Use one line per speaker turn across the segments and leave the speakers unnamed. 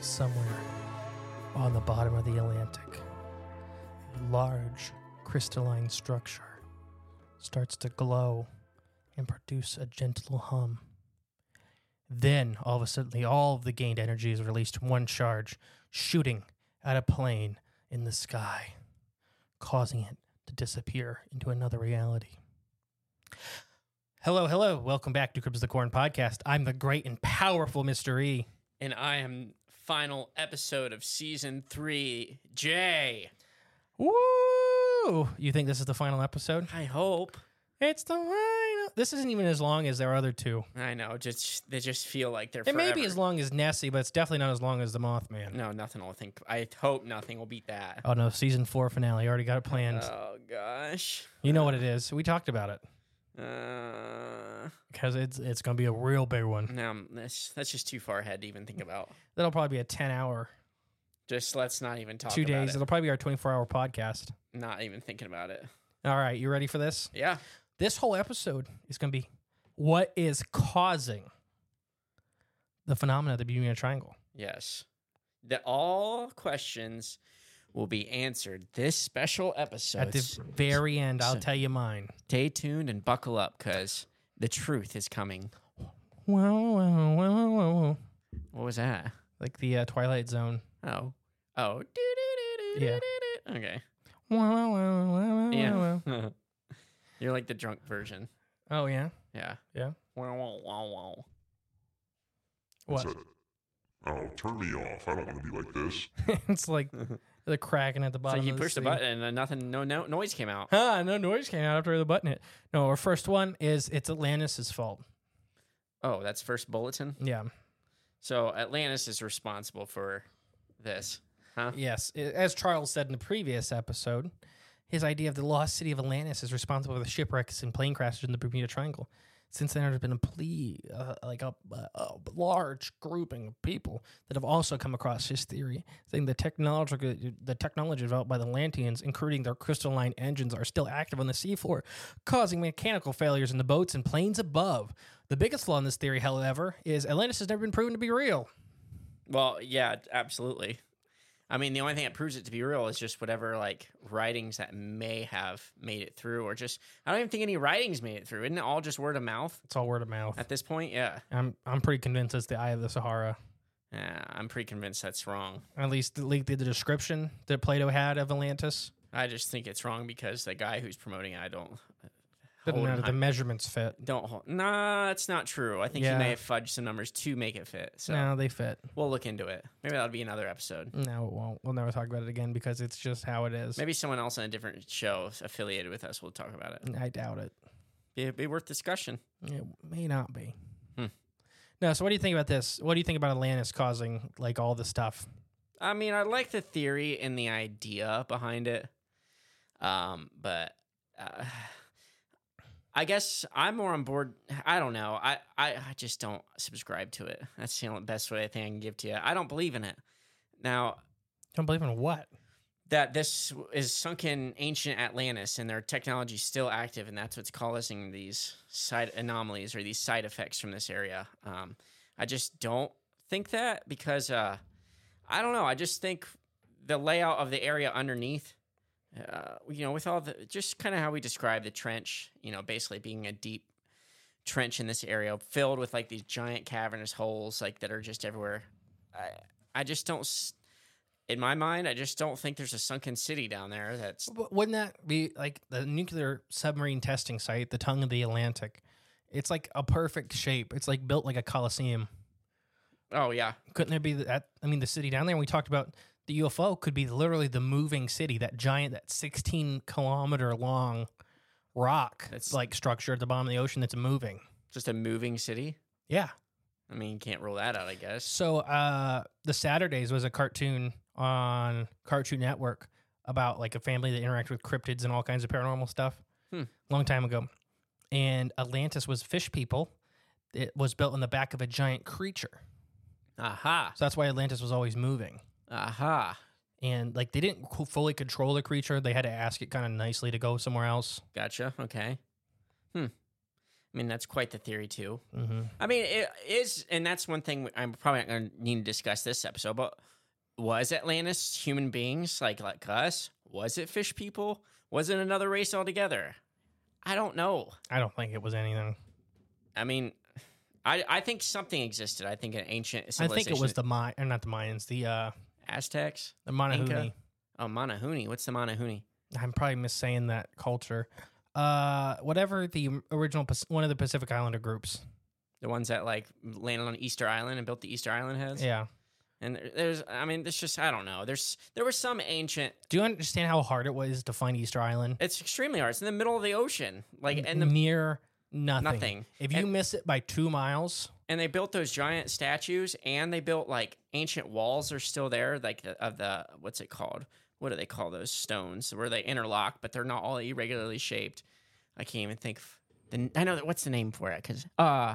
Somewhere on the bottom of the Atlantic, a large crystalline structure starts to glow and produce a gentle hum. Then, all of a sudden, all of the gained energy is released in one charge, shooting at a plane in the sky, causing it to disappear into another reality. Hello, hello. Welcome back to Cribs of the Corn podcast. I'm the great and powerful Mr. E.
and I am final episode of season three. Jay,
Woo! You think this is the final episode?
I hope.
It's the final. This isn't even as long as our other two.
I know. Just they just feel like they're.
It may be
forever.
as long as Nessie, but it's definitely not as long as the Mothman.
No, nothing will think. I hope nothing will beat that.
Oh no, season four finale. Already got it planned.
Oh gosh.
you know what it is. We talked about it
Uh,
because it's it's gonna be a real big one.
no, I'm- that's that's just too far ahead to even think about.
That'll probably be a ten hour,
Just let's not even talk.
two
about
days.
It.
It'll probably be our twenty four hour podcast.
Not even thinking about it.
All right, you ready for this?
Yeah.
This whole episode is gonna be what is causing the phenomena of the Bermuda Triangle.
Yes. That all questions will be answered this special episode.
At the very end, I'll tell you mine.
Stay tuned and buckle up, cause the truth is coming.
Wow, wow, wow, wow, wow, wow.
What was that?
Like the uh, Twilight Zone.
Oh. Oh.
Yeah. Oh,
doo-doo-doo-doo-doo-doo-doo. Okay.
Wow, wow, wow, wow, wow,
Yeah.
wow.
You're like the drunk version.
Oh, yeah?
Yeah.
Yeah.
Wow, wow, wow, wow.
What?
It's like, oh, turn me off. I don't want to be like this.
it's like the cracking at the
So
bottom.
you
of
pushed the
thing.
button and nothing, no, no noise came out.
Ah, no noise came out after the button hit. No, our first one is it's Atlantis' fault.
Oh, that's first bulletin.
Yeah.
So Atlantis is responsible for this, huh?
Yes. I- As Charles said in the previous episode, his idea of the lost city of Atlantis is responsible for the shipwrecks and plane crashes in the Bermuda Triangle. Since then, there's been a plea, uh, like a, a- a large grouping of people that have also come across his theory, saying the technology, the technology developed by the Atlanteans, including their crystalline engines, are still active on the seafloor, causing mechanical failures in the boats and planes above. The biggest flaw in this theory, however, is Atlantis has never been proven to be real.
Well, yeah, absolutely. I mean, the only thing that proves it to be real is just whatever like writings that may have made it through, or just I don't even think any writings made it through. Isn't it all just word of mouth
It's all word of mouth.
at this point? Yeah,
I'm I'm pretty convinced it's the Eye of the Sahara.
yeah I'm pretty convinced that's wrong.
At least the, like the, the description that Plato had of Atlantis.
I just think it's wrong because the guy who's promoting it, I don't.
Doesn't
hold-
matter. The
I-
measurements fit.
Don't hold. Nah, it's not true. I think he
Yeah.
may have fudged some numbers to make it fit. So
No, they fit.
We'll look into it. Maybe that'll be another episode.
No, it won't. We'll never talk about it again because it's just how it is.
Maybe someone else on a different show affiliated with us will talk about it.
I doubt it.
It'd be worth discussion.
It may not be.
Hmm.
No. So, what do you think about this? What do you think about Atlantis causing like all the stuff?
I mean, I like the theory and the idea behind it, um, but uh, I guess I'm more on board. I don't know. I, I I just don't subscribe to it. That's the only best way I think I can give to you. I don't believe in it. Now
Don't believe in what?
that this is sunken ancient Atlantis and their technology is still active, and that's what's causing these side anomalies or these side effects from this area. Um, I just don't think that because uh, I don't know. I just think the layout of the area underneath, uh, you know, with all the just kind of how we describe the trench, you know, basically being a deep trench in this area filled with like these giant cavernous holes like that are just everywhere. I I just don't. s- In my mind, I just don't think there's a sunken city down there. That's
But wouldn't that be like the nuclear submarine testing site, the tongue of the Atlantic? It's like a perfect shape. It's like built like a coliseum.
oh yeah,
Couldn't there be that? I mean, the city down there. We talked about the UFO could be literally the moving city, that giant, that sixteen kilometer long rock
That's-
like structure at the bottom of the ocean that's moving.
just a moving city.
Yeah.
I mean, you can't rule that out, I guess.
So uh, the Saturdays was a cartoon on Cartoon Network about like a family that interacted with cryptids and all kinds of paranormal stuff.
Hmm.
Long time ago, and Atlantis was fish people. It was built in the back of a giant creature,
Aha,
so that's why Atlantis was always moving.
aha,
And like they didn't co- fully control the creature; they had to ask it kind of nicely to go somewhere else.
gotcha. Okay, hmm. I mean, that's quite the theory too.
Mm-hmm.
I mean, it is, and that's one thing I'm probably not going to need to discuss this episode. But was Atlantis human beings like like us? Was it fish people? Was it another race altogether? I don't know.
I don't think it was anything.
I mean, I I think something existed. I think an ancient
I think
civilization.
it was the my or not the Mayans, the uh,
Aztecs.
the Montahuni.
Inca? Oh, Manahuni. What's the Manahuni?
I'm probably missaying that culture. Uh, whatever the original Pac- one of the Pacific Islander groups.
The ones that like landed on Easter Island and built the Easter Island heads.
Yeah.
And there- there's, I mean, there's just I don't know. There's there was some ancient
Do you understand how hard it was to find Easter Island?
It's extremely hard. It's in the middle of the ocean,
Mm,
like and the,
near nothing.
nothing.
If you
And-
miss it by two miles,
and they built those giant statues, and they built like ancient walls are still there, like the, of the what's it called? What do they call those stones where they interlock, but they're not all irregularly shaped? I can't even think. Of the, I know that what's the name for it because uh,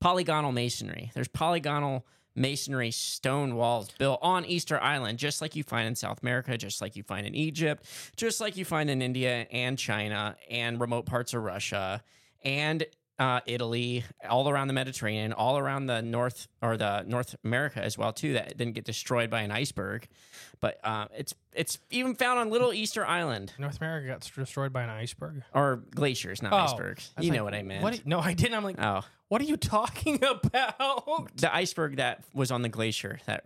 polygonal masonry. There's polygonal masonry stone walls built on Easter Island, just like you find in South America, just like you find in Egypt, just like you find in India and China and remote parts of Russia and uh, Italy, all around the Mediterranean, all around the North or the North America as well too. That didn't get destroyed by an iceberg, but uh, it's it's even found on Little Easter Island
North America got s- destroyed by an iceberg.
or glaciers, not
Oh,
icebergs.
was
You
like,
know what I meant?
What? do- No, I didn't. I'm like,
oh,
what are you talking about?
the iceberg that was on the glacier that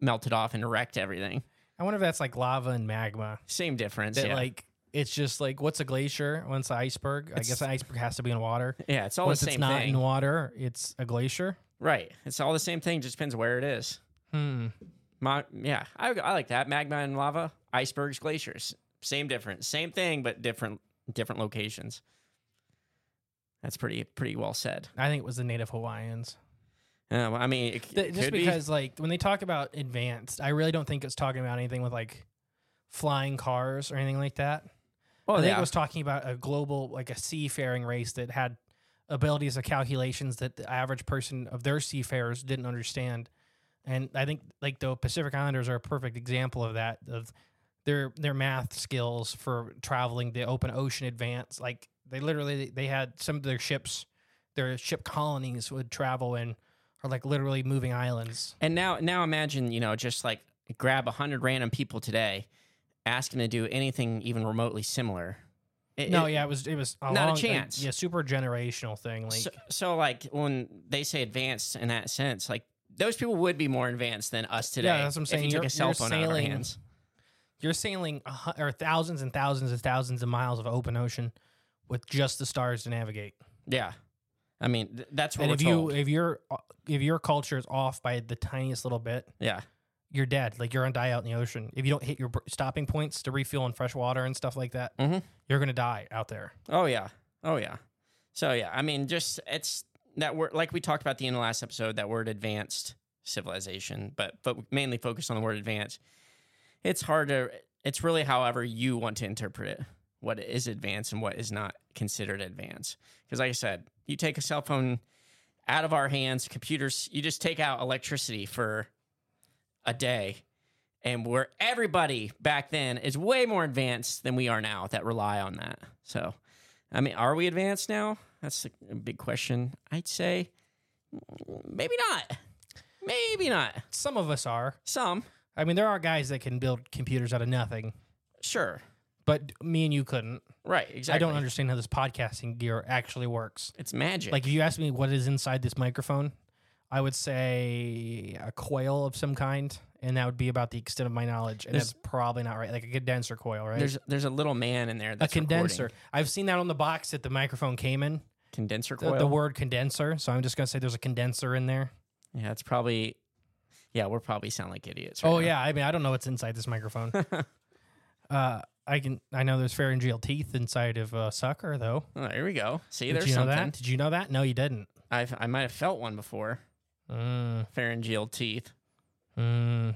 melted off and wrecked everything.
I wonder if that's like lava and magma.
Same difference.
That
yeah.
like it's just like what's a glacier? What's an iceberg? I guess an iceberg has to be in water.
yeah, it's all the
Once
same
it's not
thing.
in water, it's a glacier.
right. It's all the same thing. Just depends where it is.
Hmm.
Ma- yeah, I, I like that. Magma and lava, icebergs, glaciers. Same difference. Same thing, but different different locations. That's pretty pretty well said.
I think it was the native Hawaiians.
Uh, well, I mean, it c-
Th- just
could be.
because like when they talk about advanced, I really don't think it's talking about anything with like flying cars or anything like that.
Well,
I think
Oh, yeah.
it was talking about a global like a seafaring race that had abilities of calculations that the average person of their seafarers didn't understand. And I think like the Pacific Islanders are a perfect example of that of their their math skills for traveling the open ocean advance like they literally they had some of their ships their ship colonies would travel and are like literally moving islands
And now, now imagine, you know, just like grab a hundred random people today, ask them to do anything even remotely similar. It-
no
it-
yeah it was it was a
Not a
long-
chance.
yeah super generational thing like
so, so, like when they say advanced in that sense, like those people would be more advanced than us today.
Yeah, that's what I'm
If
saying.
you took
You're-
a cell
you're
phone out of our
sailing-
hands,
You're sailing a, hu- or thousands and thousands and thousands of miles of open ocean with just the stars to navigate.
Yeah, I mean th- that's what
and
we're
if
told.
you if your if your culture is off by the tiniest little bit,
yeah,
you're dead. Like you're gonna die out in the ocean. If you don't hit your br- stopping points to refuel in fresh water and stuff like that,
Mhm.
you're gonna die out there.
Oh yeah. Oh yeah. So yeah, I mean, just it's that word like we talked about at the end of last episode, that word advanced civilization, but but mainly focused on the word advanced. It's hard to it's really however you want to interpret it, what is advanced and what is not considered advanced. Because like I said, you take a cell phone out of our hands, computers, you just take out electricity for a day and where everybody back then is way more advanced than we are now that rely on that. So, I mean, are we advanced now? That's a big question. I'd say mm, maybe not. Maybe not.
Some of us are.
Some,
I mean, there are guys that can build computers out of nothing,
sure.
but me and you couldn't.
Right, exactly.
I don't understand how this podcasting gear actually works.
It's magic.
Like if you ask me what is inside this microphone, I would say a coil of some kind, and that would be about the extent of my knowledge. And
There's-
that's probably not right. Like a condenser coil, right?
there's there's a little man in there
a
that's
condenser.
recording.
I've seen that on the box that the microphone came in.
condenser coil.
The, the word condenser. So I'm just gonna say there's a condenser in there.
yeah, it's probably Yeah, we're probably sound like idiots. right
Oh
now.
yeah, I mean I don't know what's inside this microphone. uh, I can I know there's pharyngeal teeth inside of uh, sucker though.
Oh, here we go. See,
Did
there's
you know
something.
that? Did you know that? No, you didn't.
I've, I might have felt one before.
Mm,
Pharyngeal teeth.
mm.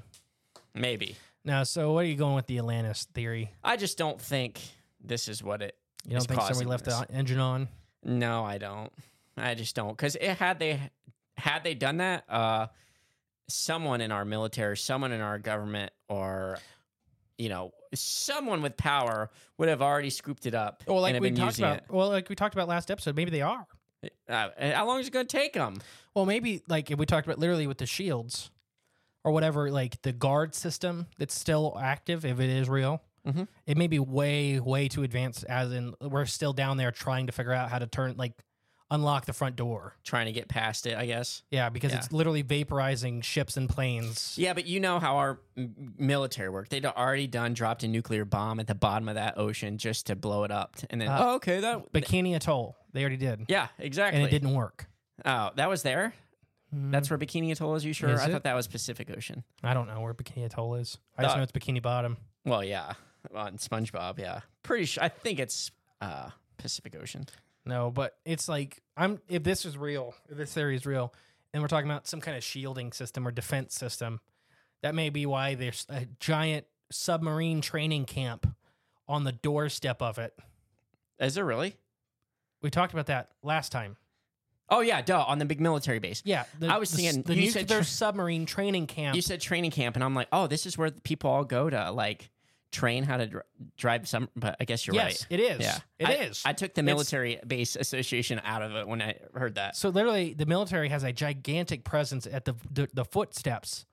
Maybe.
Now, so what are you going with the Atlantis theory?
I just don't think this is what it.
You don't
is
think somebody
causing
left
this.
the engine on?
No, I don't. I just don't because it had they had they done that, uh, someone in our military, someone in our government, or you know, someone with power would have already scooped it up.
Well, like
and have
we
been
talked
using
about. Well, like we talked about last episode, maybe they are.
it. Uh, and how long is it going to take them?
Well, maybe like if we talked about literally with the shields or whatever, like the guard system that's still active, if it is real,
Mhm.
it may be way, way too advanced. As in, we're still down there trying to figure out how to turn, like, unlock the front door.
Trying to get past it, I guess.
Yeah, because
Yeah.
it's literally vaporizing ships and planes.
Yeah, but you know how our m- military worked. They'd already done dropped a nuclear bomb at the bottom of that ocean just to blow it up, and then
Uh,
oh, okay, that
Bikini Atoll, they already did,
yeah, exactly.
and it didn't work.
Oh, that was there. That's
Mm,
where Bikini Atoll is. You sure?
Is
I
it?
thought that was Pacific Ocean.
I don't know where Bikini Atoll is. I just
Uh,
know it's Bikini Bottom.
Well, yeah, on SpongeBob. Yeah, pretty sure. I think it's uh, Pacific Ocean.
No, but it's like I'm if this is real, if this theory is real, and we're talking about some kind of shielding system or defense system, that may be why there's a giant submarine training camp on the doorstep of it.
Is there really?
We talked about that last time.
Oh yeah, duh. On the big military base.
Yeah, the,
I was
the,
thinking-
the
you
nuclear
said tra-
submarine training camp.
You said training camp, and I'm like, oh, this is where the people all go to like train how to dr- drive some. But I guess you're
yes,
right.
it is.
Yeah,
it
I,
is.
I took the military base association out of it when I heard that.
So literally, the military has a gigantic presence at the the, the footsteps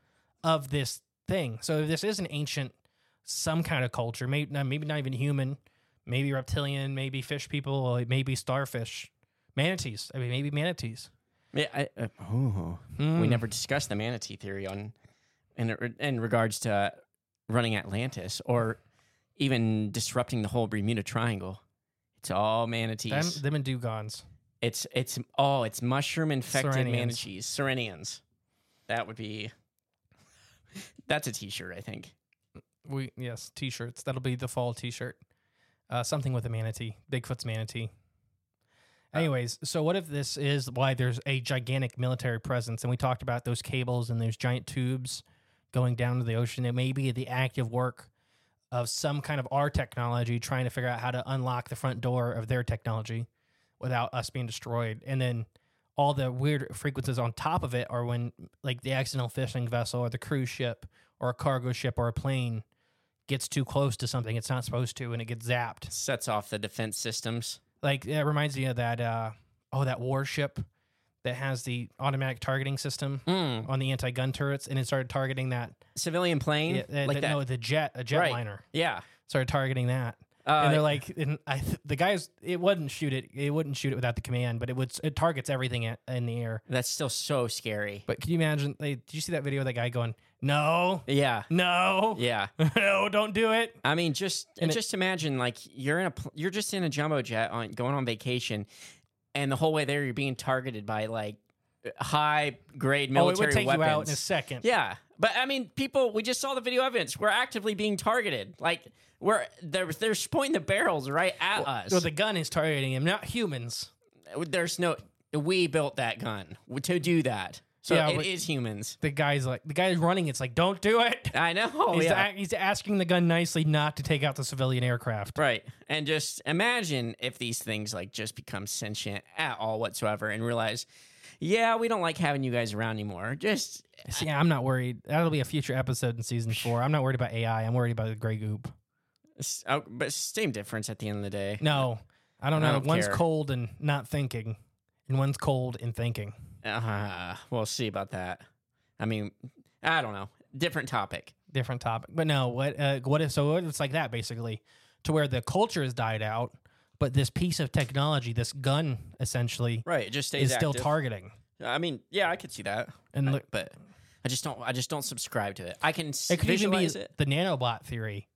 of this thing. So if this is an ancient, some kind of culture, maybe not, maybe not even human, maybe reptilian, maybe fish people, or maybe starfish, manatees. I mean, maybe manatees.
Yeah, I, uh, oh. we
Mm.
never discussed the manatee theory on in er, in regards to running Atlantis or even disrupting the whole Bermuda Triangle. It's all manatees.
Them, them and dugons.
it's it's oh, it's mushroom infected
Serenians.
manatees, Serenians. That would be. That's a T-shirt, I think.
We yes, t-shirts. That'll be the fall t-shirt. Uh, something with a manatee, Bigfoot's manatee. Anyways, so what if this is why there's a gigantic military presence? And we talked about those cables and those giant tubes going down to the ocean. It may be the active work of some kind of our technology trying to figure out how to unlock the front door of their technology without us being destroyed. And then all the weird frequencies on top of it are when, like, the accidental fishing vessel or the cruise ship or a cargo ship or a plane gets too close to something it's not supposed to and it gets zapped.
Sets off the defense systems.
Like it reminds me of that uh oh that warship that has the automatic targeting system
Mm,
on the anti-gun turrets and it started targeting that,
civilian plane
yeah, uh,
like
the-
that.
no the jet a jetliner
Right. yeah,
started targeting that.
uh,
and they're like and I th- the guys it wouldn't shoot it it wouldn't shoot it without the command but it would it targets everything a- in the air.
that's still so scary.
But can you imagine they did you see that video of that guy going No.
Yeah.
No.
Yeah.
no, don't do it.
I mean, just
And it-
just imagine like you're in a pl- you're just in a jumbo jet on going on vacation, and the whole way there you're being targeted by like high grade
Oh,
military
it would take
weapons.
you out in a second.
Yeah, but I mean, people. We just saw the video evidence. We're actively being targeted. Like we're they're they're just pointing the barrels right at us.
So the gun is targeting him, not humans.
There's no we built that gun to do that. So
Yeah,
it
but-
is humans.
The guy's like, the guy running. It's like, don't do it.
I know.
he's,
Oh, yeah.
a- he's asking the gun nicely not to take out the civilian aircraft.
Right. And just imagine if these things like just become sentient at all whatsoever and realize, yeah, we don't like having you guys around anymore. Just
See, I'm not worried. That'll be a future episode in season four. I'm not worried about AI. I'm worried about the gray goop.
s- oh, but same difference at the end of the day.
No, I don't know.
I don't
one's
care.
cold and not thinking, and one's cold and thinking.
Uh, we'll see about that. I mean, I don't know. Different topic.
Different topic, but no. What? Uh, what if? So it's like that basically, to where the culture has died out, but this piece of technology, this gun, essentially,
Right. It just stays
is still
active.
targeting.
I mean, yeah, I could see that.
And look,
But I just don't I just don't subscribe to it. I can s-
it could even be
visualize it.
the nanobot theory.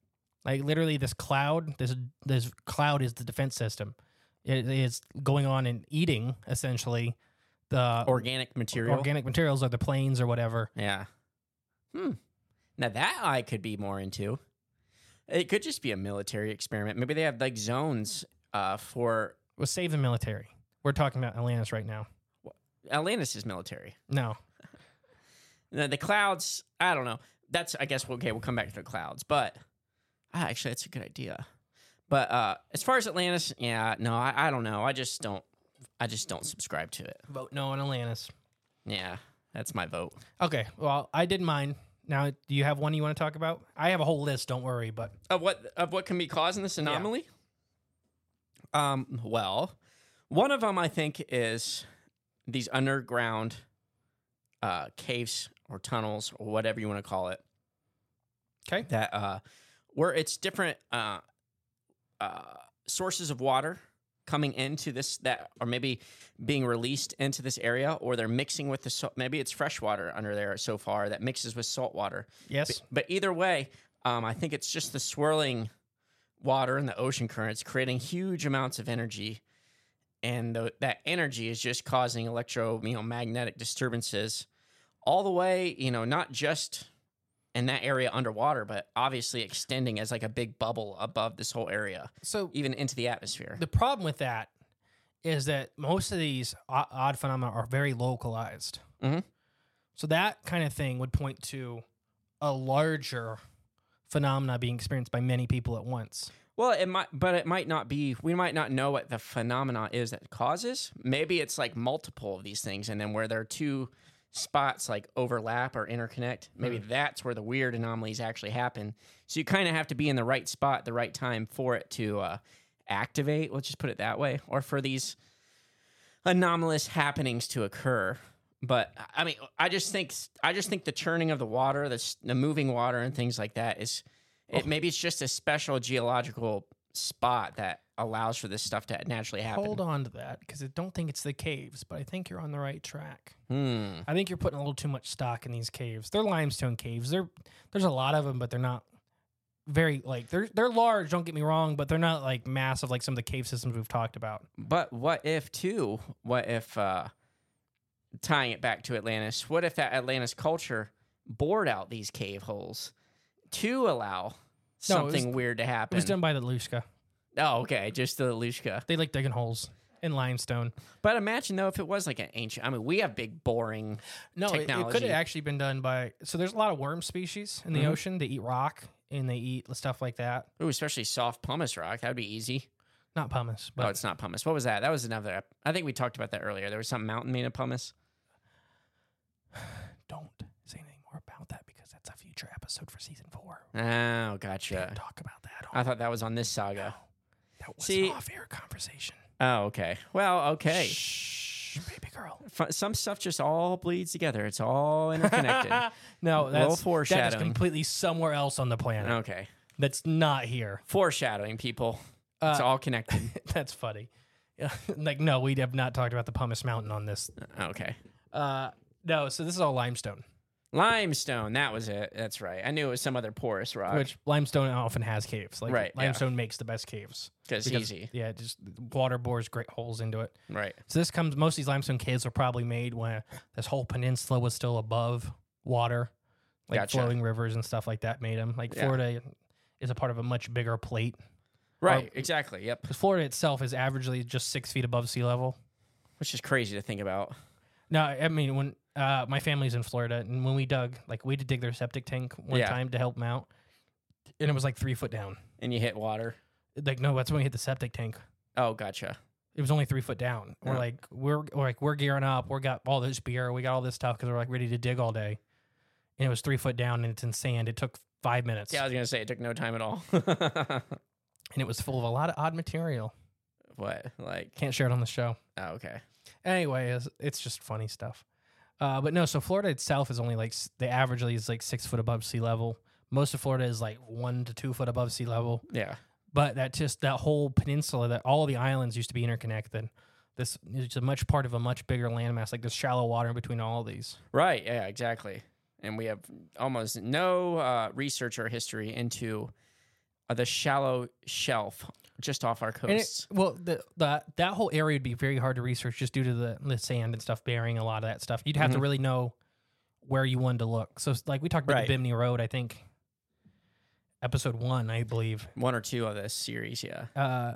Like literally, this cloud, this this cloud is the defense system. It is going on and eating essentially the
Organic material.
organic materials or the planes or whatever.
Yeah. Hmm. Now that I could be more into. It could just be a military experiment. Maybe they have like zones uh, for
Well, save the military. We're talking about Atlantis right now.
Atlantis is military.
No,
Now, the clouds, I don't know. That's I guess okay. We'll come back to the clouds, but ah, actually, that's a good idea. But uh, as far as Atlantis, yeah, no, I, I don't know. I just don't. I just don't subscribe to it.
vote no on Atlantis.
Yeah, that's my vote.
Okay, well, I did mine. Now, do you have one you want to talk about? I have a whole list. Don't worry, but
of what of what can be causing this anomaly? Um, well, one of them I think is these underground uh, caves or tunnels or whatever you want to call it.
Okay.
That uh, where it's different uh, uh, sources of water coming into this that or maybe being released into this area or they're mixing with the salt maybe it's fresh water under there so far that mixes with salt water
yes,
but either way, um, I think it's just the swirling water and the ocean currents creating huge amounts of energy, and tho- that energy is just causing electro, you know, magnetic disturbances all the way, you know, not just in that area underwater, but obviously extending as like a big bubble above this whole area,
so
even into the atmosphere.
the problem with that is that most of these o- odd phenomena are very localized.
Mhm.
So that kind of thing would point to a larger phenomena being experienced by many people at once.
Well, it might, but it might not be. We might not know what the phenomena is that causes. Maybe it's like multiple of these things, and then where there are two spots like overlap or interconnect, maybe that's where the weird anomalies actually happen. So you kind of have to be in the right spot, at the right time for it to uh, activate. Let's just put it that way, or for these anomalous happenings to occur. But I- I mean, I just think I just think the churning of the water, the, s- the moving water, and things like that is
Oh.
it, maybe it's just a special geological spot that allows for this stuff to naturally happen.
Hold on to that because I don't think it's the caves, but I think you're on the right track.
Hmm.
I think you're putting a little too much stock in these caves. They're limestone caves. They're, there's a lot of them, but they're not very like they're they're large. Don't get me wrong, but they're not like massive like some of the cave systems we've talked about.
But what if too? What if uh, tying it back to Atlantis? What if that Atlantis culture bored out these cave holes to allow something weird to
It
happen?
was done by the Lushka.
oh, okay, just the Lushka.
They like digging holes in limestone.
But imagine though, if it was like an ancient. I mean, we have big boring.
No, it- it could
Technology.
have actually been done by. So there's a lot of worm species in the
Mhm.
ocean. They eat rock and they eat stuff like that.
Ooh, especially soft pumice rock. That would be easy.
Not pumice,
No,
but
Oh, it's not pumice. What was that? That was another. ep- I think we talked about that earlier. There was some mountain made of pumice.
don't say anything more about that because that's a future episode for season four.
Oh,
Can't
gotcha.
talk about that.
I thought that was on this saga.
That was
See-
an off-air conversation.
Oh, okay. Well, okay.
Shh, baby girl.
F- Some stuff just all bleeds together. It's all interconnected.
no,
Little
that's that is
foreshadowing.
completely somewhere else on the planet.
okay.
That's not here.
Foreshadowing, people. It's
Uh,
all connected.
That's funny. like, no, we have not talked about the Pumice Mountain on this.
okay.
Uh, no, so this is all limestone.
Limestone. That was it. That's right. I knew it was some other porous rock.
Which limestone often has caves. Like
Right, yeah.
limestone makes the best caves.
'Cause it's easy.
Yeah, it just water bores great holes into it.
right.
So this comes most of these limestone caves were probably made when this whole peninsula was still above water. Like
Gotcha.
flowing rivers and stuff like that made them. Like
Yeah.
Florida is a part of a much bigger plate.
Right.
um,
exactly. Yep.
Because Florida itself is averagely just six feet above sea level.
Which is crazy to think about.
No, I mean when uh, my family's in Florida, and when we dug, like we had to dig their septic tank one
Yeah.
time to help them out, and it was like three foot down.
And you hit water.
Like no, that's when we hit the septic tank.
Oh, gotcha.
It was only three foot down. We're
Yeah.
like we're, we're like we're gearing up. We got all this beer. We got all this stuff because we're like ready to dig all day, and it was three foot down, and it's in sand. It took five minutes,
Yeah, I was gonna say it took no time at all.
and it was full of a lot of odd material.
what? Like?
Can't share it on the show.
Oh, okay.
Anyway, it's, it's just funny stuff. Uh, but no, so Florida itself is only like s- the averagely is like six foot above sea level. Most of Florida is like one to two foot above sea level.
Yeah.
But that just that whole peninsula, that all the islands used to be interconnected. This is a much part of a much bigger landmass. Like there's shallow water in between all these.
Right. Yeah. Exactly. And we have almost no uh, research or history into uh, the shallow shelf just off our
And it-
coasts.
well, the, the that whole area would be very hard to research just due to the, the sand and stuff burying a lot of that stuff. You'd have
Mhm.
to really know where you wanted to look. So, s- like we talked about
Right.
the Bimini Road, I think episode one, I believe.
One or two of this series. Yeah.
Uh,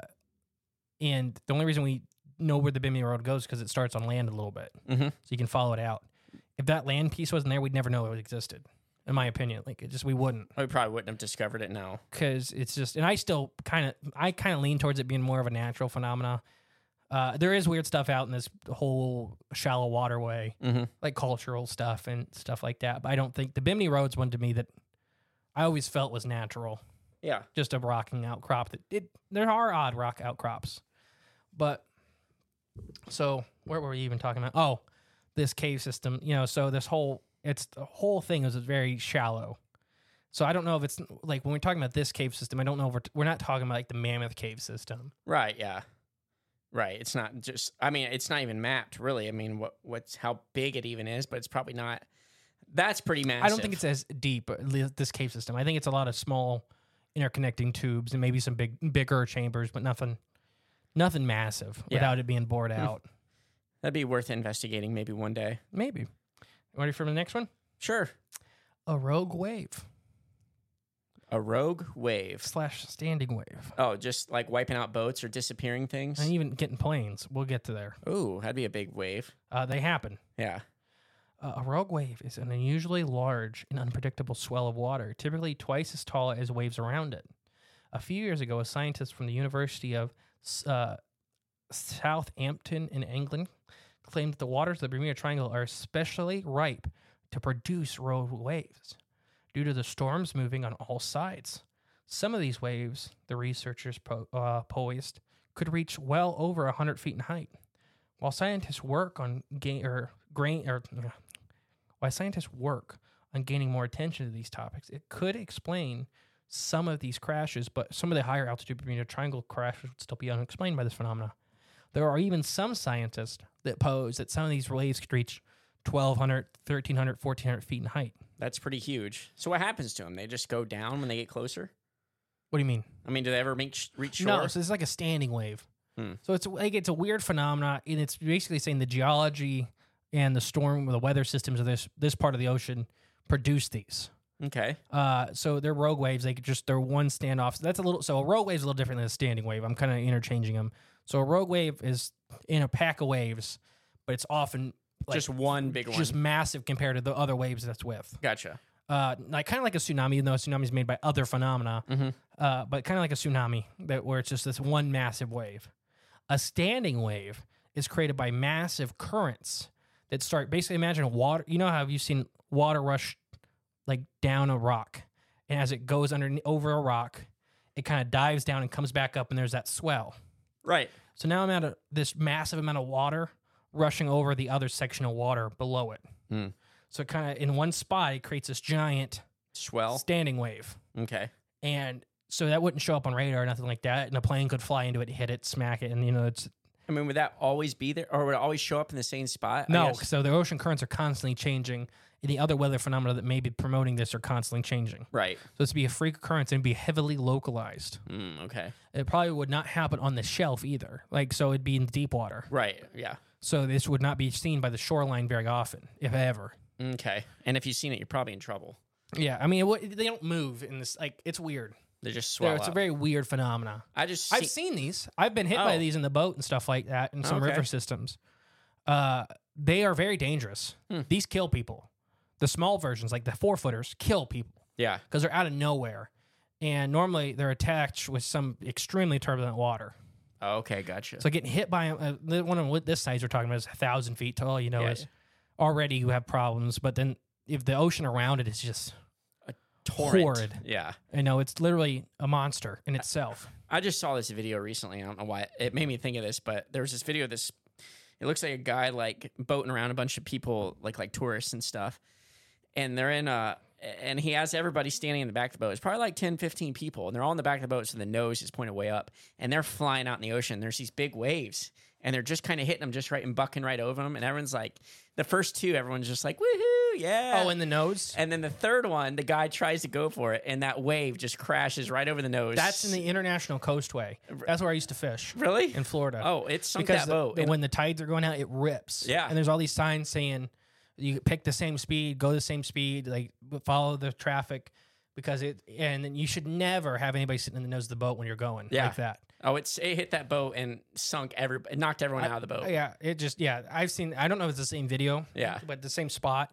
and the only reason we know where the Bimini Road goes because it starts on land a little bit,
Mm-hmm.
so you can follow it out. If that land piece wasn't there, we'd never know it existed. In my opinion, like it just we wouldn't
We probably wouldn't have discovered it now.
because it's just and I still kind of I kind of lean towards it being more of a natural phenomena. Uh, there is weird stuff out in this whole shallow waterway,
Mhm.
like cultural stuff and stuff like that. But I don't think the Bimini Road's one to me that I always felt was natural
Yeah.
just a rocking outcrop that it there are odd rock outcrops but so what were we even talking about oh this cave system you know so this whole it's the whole thing is very shallow so i don't know if it's like when we're talking about this cave system i don't know if we're, we're not talking about like the mammoth cave system
Right. Yeah. Right. It's not just. I mean, it's not even mapped really. I mean, what what's how big it even is, but it's probably not. That's pretty massive.
i don't think it's as deep uh, li- this cave system i think it's a lot of small interconnecting tubes and maybe some big bigger chambers but nothing nothing massive
Yeah.
without it being bored out
That'd be worth investigating maybe one day.
maybe ready for the next one
Sure.
a rogue wave
A rogue wave.
slash standing wave
Oh, just like wiping out boats or disappearing things.
and even getting planes we'll get to there
Ooh, that'd be a big wave.
uh, they happen
Yeah.
uh, a rogue wave is an unusually large and unpredictable swell of water typically twice as tall as waves around it a few years ago a scientist from the university of S- uh, southampton in england claimed that the waters of the bermuda triangle are especially ripe to produce rogue waves due to the storms moving on all sides Some of these waves, the researchers po- uh, poised, could reach well over 100 feet in height. While scientists work on gain or grain or uh, while scientists work on gaining more attention to these topics, it could explain some of these crashes, but some of the higher altitude Bermuda Triangle crashes would still be unexplained by this phenomena. There are even some scientists that pose that some of these waves could reach 1,200, 1,300, 1,400 feet in height.
That's pretty huge. So what happens to them? They just go down when they get closer?
What do you mean?
I mean, do they ever reach reach shore?
No, so it's like a standing wave.
Hmm.
So it's like it's a weird phenomena, and it's basically saying the geology and the storm, the weather systems of this this part of the ocean produce these.
okay.
Uh, so they're rogue waves. They could just they're one standoff. So that's a little. So a rogue wave is a little different than a standing wave. I'm kind of interchanging them. So a rogue wave is in a pack of waves, but it's often like,
just one big
just
one.
massive compared to the other waves that's with.
Gotcha.
Uh, like kind of like a tsunami, even though a tsunami is made by other phenomena
Mm-hmm.
uh, but kind of like a tsunami that where it's just this one massive wave. A standing wave is created by massive currents that start basically imagine water. You know how you've seen water rush like down a rock, and as it goes under over a rock, it kind of dives down and comes back up, and there's that swell.
Right.
So now I'm at a, this massive amount of water rushing over the other section of water below it.
Hmm.
So it kind of in one spot it creates this giant
Swell.
standing wave.
Okay.
And so that wouldn't show up on radar or nothing like that. And a plane could fly into it, hit it, smack it, and you know it's
I mean, would that always be there, or would it always show up in the same spot? I
No,
guess-
so the ocean currents are constantly changing, and the other weather phenomena that may be promoting this are constantly changing.
Right.
So this would be a freak occurrence and be heavily localized.
Mm, okay.
It probably would not happen on the shelf either. Like, so it'd be in deep water.
Right. Yeah.
So this would not be seen by the shoreline very often, if ever.
Okay. And if you've seen it, you're probably in trouble.
Yeah, I mean, it, would- they don't move in this. Like, it's weird.
They just
They're-
swell
it's a
up.
very weird phenomena.
I just
I've
see-
seen these. I've been hit by
Oh.
these in the boat and stuff like that in some
Okay.
river systems. Uh, they are very dangerous.
Hmm.
These kill people. The small versions, like the four footers, kill people
Yeah.
because they're out of nowhere, and normally they're attacked with some extremely turbulent water.
Okay. Gotcha.
So getting hit by 'em, uh, the one on what this size we're talking about is a thousand feet tall. You know,
Yeah.
is already you have problems, but then if the ocean around it is just
Torrent.
horrid,
Yeah.
you know, it's literally a monster in itself.
I just saw this video recently. I don't know why it made me think of this, but there was this video. of This it looks like a guy like boating around a bunch of people, like like tourists and stuff, and they're in a and he has everybody standing in the back of the boat. It's probably like 10, 15 people, and they're all in the back of the boat, so the nose is pointed way up, and they're flying out in the ocean. There's these big waves, and they're just kind of hitting them just right and bucking right over them, and everyone's like, the first two, everyone's just like, woohoo, yeah.
Oh, in the nose.
and then the third one, the guy tries to go for it, and that wave just crashes right over the nose.
That's in the International Coastway. That's where I used to fish.
Really?
In Florida.
Oh, it sunk
because
that
the-
boat.
the-
And-
when the tides are going out, it rips.
Yeah.
And there's all these signs saying you pick the same speed, go the same speed, like follow the traffic because it, and then you should never have anybody sitting in the nose of the boat when you're going
Yeah.
like that.
Oh, it's it hit that boat and sunk every it knocked everyone out of the boat.
Yeah. It just, yeah. I've seen, I don't know if it's the same video.
Yeah.
But the same spot.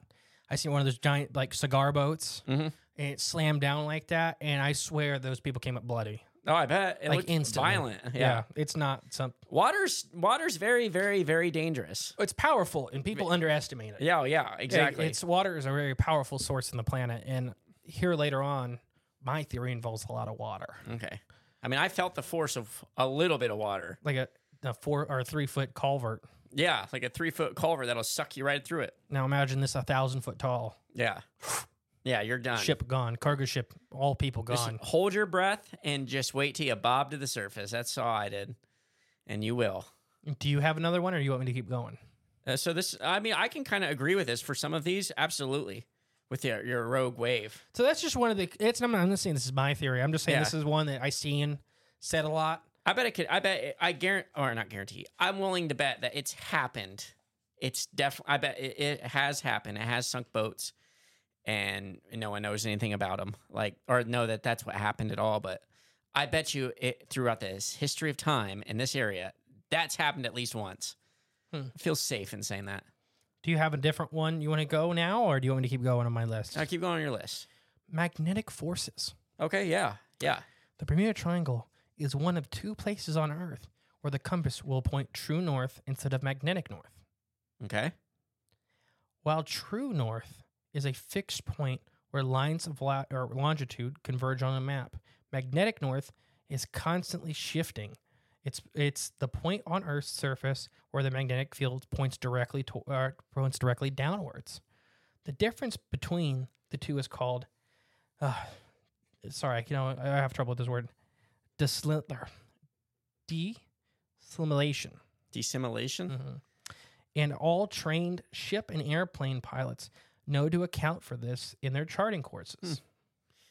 I seen one of those giant, like cigar boats
Mm-hmm.
and it slammed down like that. And I swear those people came up bloody.
Oh, I bet it
like
looked
instantly.
violent. Yeah.
It's not some,
water's water's very very very dangerous.
it's powerful and people underestimate it.
Yeah, oh, yeah, exactly.
It's water is a very powerful source in the planet, and here later on, my theory involves a lot of water,
okay. I mean, I felt the force of a little bit of water.
like a, a four or three foot culvert.
Yeah, like a three foot culvert that'll suck you right through it.
Now imagine this a thousand foot tall
Yeah, yeah, you're done.
ship gone, cargo ship, all people
Just
gone.
hold your breath and just wait till you bob to the surface. That's all I did, and you will.
Do you have another one, or do you want me to keep going?
Uh, so this, I mean, I can kind of agree with this for some of these, absolutely, with your your rogue wave.
So that's just one of the. It's I'm not, I'm not saying this is my theory. I'm just saying
Yeah.
this is one that I seen said a lot.
I bet it could. I bet it- I guarantee, or not guarantee. I'm willing to bet that it's happened. It's definitely. I bet it, it has happened. It has sunk boats, and no one knows anything about them. Like, or know that that's what happened at all. But I bet you, it throughout this history of time in this area, that's happened at least once.
Hmm.
I feel safe in saying that.
Do you have a different one you want to go now, or do you want me to keep going on my list?
Now keep going on your list.
Magnetic forces.
Okay. Yeah. Yeah.
The Bermuda Triangle is one of two places on Earth where the compass will point true north instead of magnetic north.
Okay.
While true north is a fixed point where lines of la- or longitude converge on a map, magnetic north is constantly shifting. It's it's the point on Earth's surface where the magnetic field points directly to, uh, points directly downwards. The difference between the two is called. Uh, sorry, you know I have trouble with this word. Disli- er, Desimulation
Desimulation.
and all trained ship and airplane pilots know to account for this in their charting courses.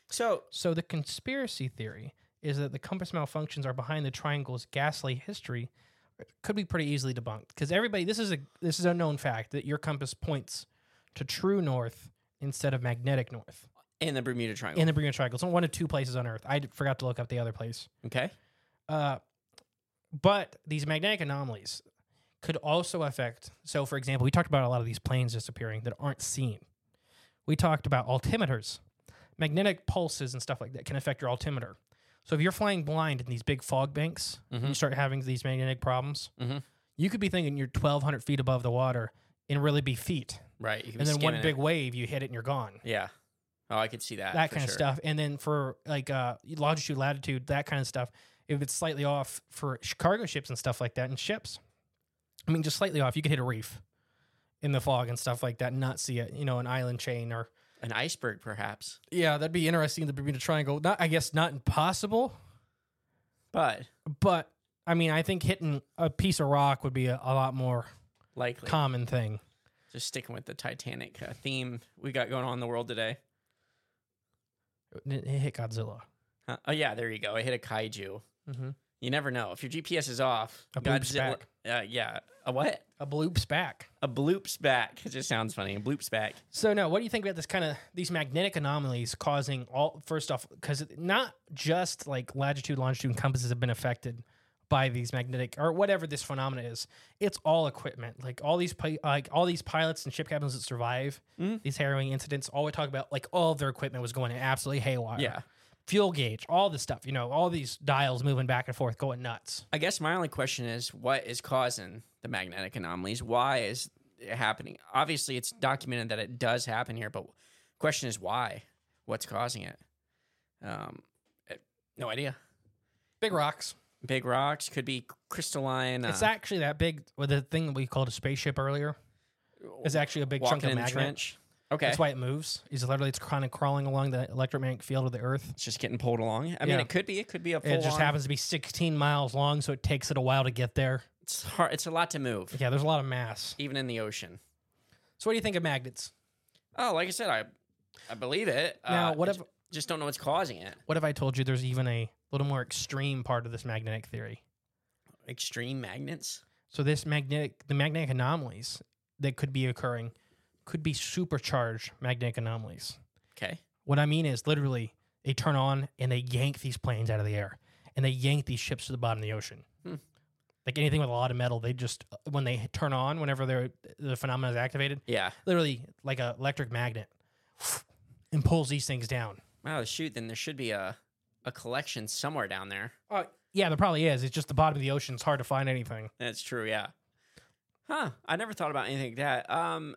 So
So the conspiracy theory is that the compass malfunctions are behind the triangle's ghastly history uh, could be pretty easily debunked because everybody this is a this is a known fact that your compass points to true north instead of magnetic north
in the Bermuda Triangle.
in the Bermuda Triangle. It's one of two places on Earth. I d- forgot to look up the other place.
okay.
Uh, but these magnetic anomalies could also affect. So, for example, we talked about a lot of these planes disappearing that aren't seen. We talked about altimeters, magnetic pulses, and stuff like that can affect your altimeter. So, if you're flying blind in these big fog banks, and you
Mhm.
start having these magnetic problems.
Mhm.
You could be thinking you're 1,200 feet above the water and really be feet.
Right. you could be
And then one
skimming it.
big wave, you hit it and you're gone.
Yeah. Oh, I could see that.
that
for
kind of
sure.
stuff. And then for like uh, longitude, latitude, that kind of stuff, if it's slightly off for sh- cargo ships and stuff like that, and ships, I mean, just slightly off, you could hit a reef in the fog and stuff like that, and not see it, you know, an island chain or
An iceberg, perhaps.
yeah, that'd be interesting. The Bermuda Triangle, not I guess not impossible,
But
but I mean, I think hitting a piece of rock would be a, a lot more
Likely.
common thing.
Just sticking with the Titanic uh, theme we got going on in the world today.
It hit Godzilla.
Huh? Oh yeah, there you go. I hit a kaiju.
Mhm.
You never know if your GPS is off.
A bloop's
Godzilla- Uh, yeah. A what?
A bloop's back.
A bloop's back. It just sounds funny. A bloop's back.
So no, what do you think about this kind of these magnetic anomalies causing all? First off, because not just like latitude, longitude, and compasses have been affected by these magnetic or whatever this phenomena is. It's all equipment, like all these pi- like all these pilots and ship captains that survive
Mhm.
these harrowing incidents. All we talk about, like all of their equipment was going absolutely haywire.
Yeah.
fuel gauge, all this stuff. You know, all these dials moving back and forth, going nuts.
I guess my only question is what is causing the magnetic anomalies? Why is it happening? Obviously, it's documented that it does happen here, but question is why? What's causing it? Um, eh, no idea.
Big rocks.
Big rocks could be crystalline. uh,
It's actually that big. Well, the thing that we called a spaceship earlier is actually a big
walking
chunk of
in the
magnet.
trench. Okay,
That's why it moves. Is literally it's kind of crawling along the electromagnetic field of the Earth.
it's just getting pulled along. I mean,
Yeah.
it could be. It could be a. Full
It just happens to be 16 miles long, so it takes it a while to get there.
It's hard. It's a lot to move,
Yeah, there's a lot of mass.
even in the ocean.
So what do you think of magnets?
Oh, like I said, I, I believe it. Uh,
Now, what
I
if-
j- Just don't know what's causing it.
What if I told you there's even a little more extreme part of this magnetic theory?
Extreme magnets.
So this magnetic, the magnetic anomalies that could be occurring, could be supercharged magnetic anomalies.
Okay.
What I mean is literally they turn on and they yank these planes out of the air and they yank these ships to the bottom of the ocean.
Hmm.
Like anything with a lot of metal, they just uh, when they hit- turn on, whenever they're, the phenomenon is activated,
Yeah.
literally like a electric magnet, and pulls these things down.
Wow, shoot, then there should be a a collection somewhere down there.
Uh, yeah, there probably is. It's just the bottom of the ocean. It's hard to find anything.
That's true, yeah. Huh. I never thought about anything like that. Um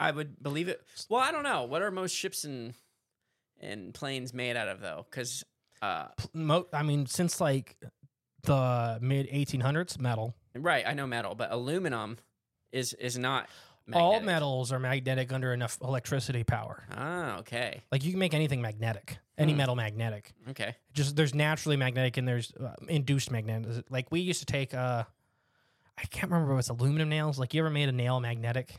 I would believe it. Well, I don't know. What are most ships and and planes made out of though? Cuz uh
P- Mo- I mean, since like the mid 1800s, metal.
right, I know metal, but aluminum is is not
All
magnetic.
metals are magnetic under enough electricity power.
Ah, okay.
Like you can make anything magnetic, any
Hmm.
metal magnetic.
Okay.
just there's naturally magnetic and there's uh, induced magnetic. Like we used to take uh I can't remember if it's aluminum nails. Like you ever made a nail magnetic?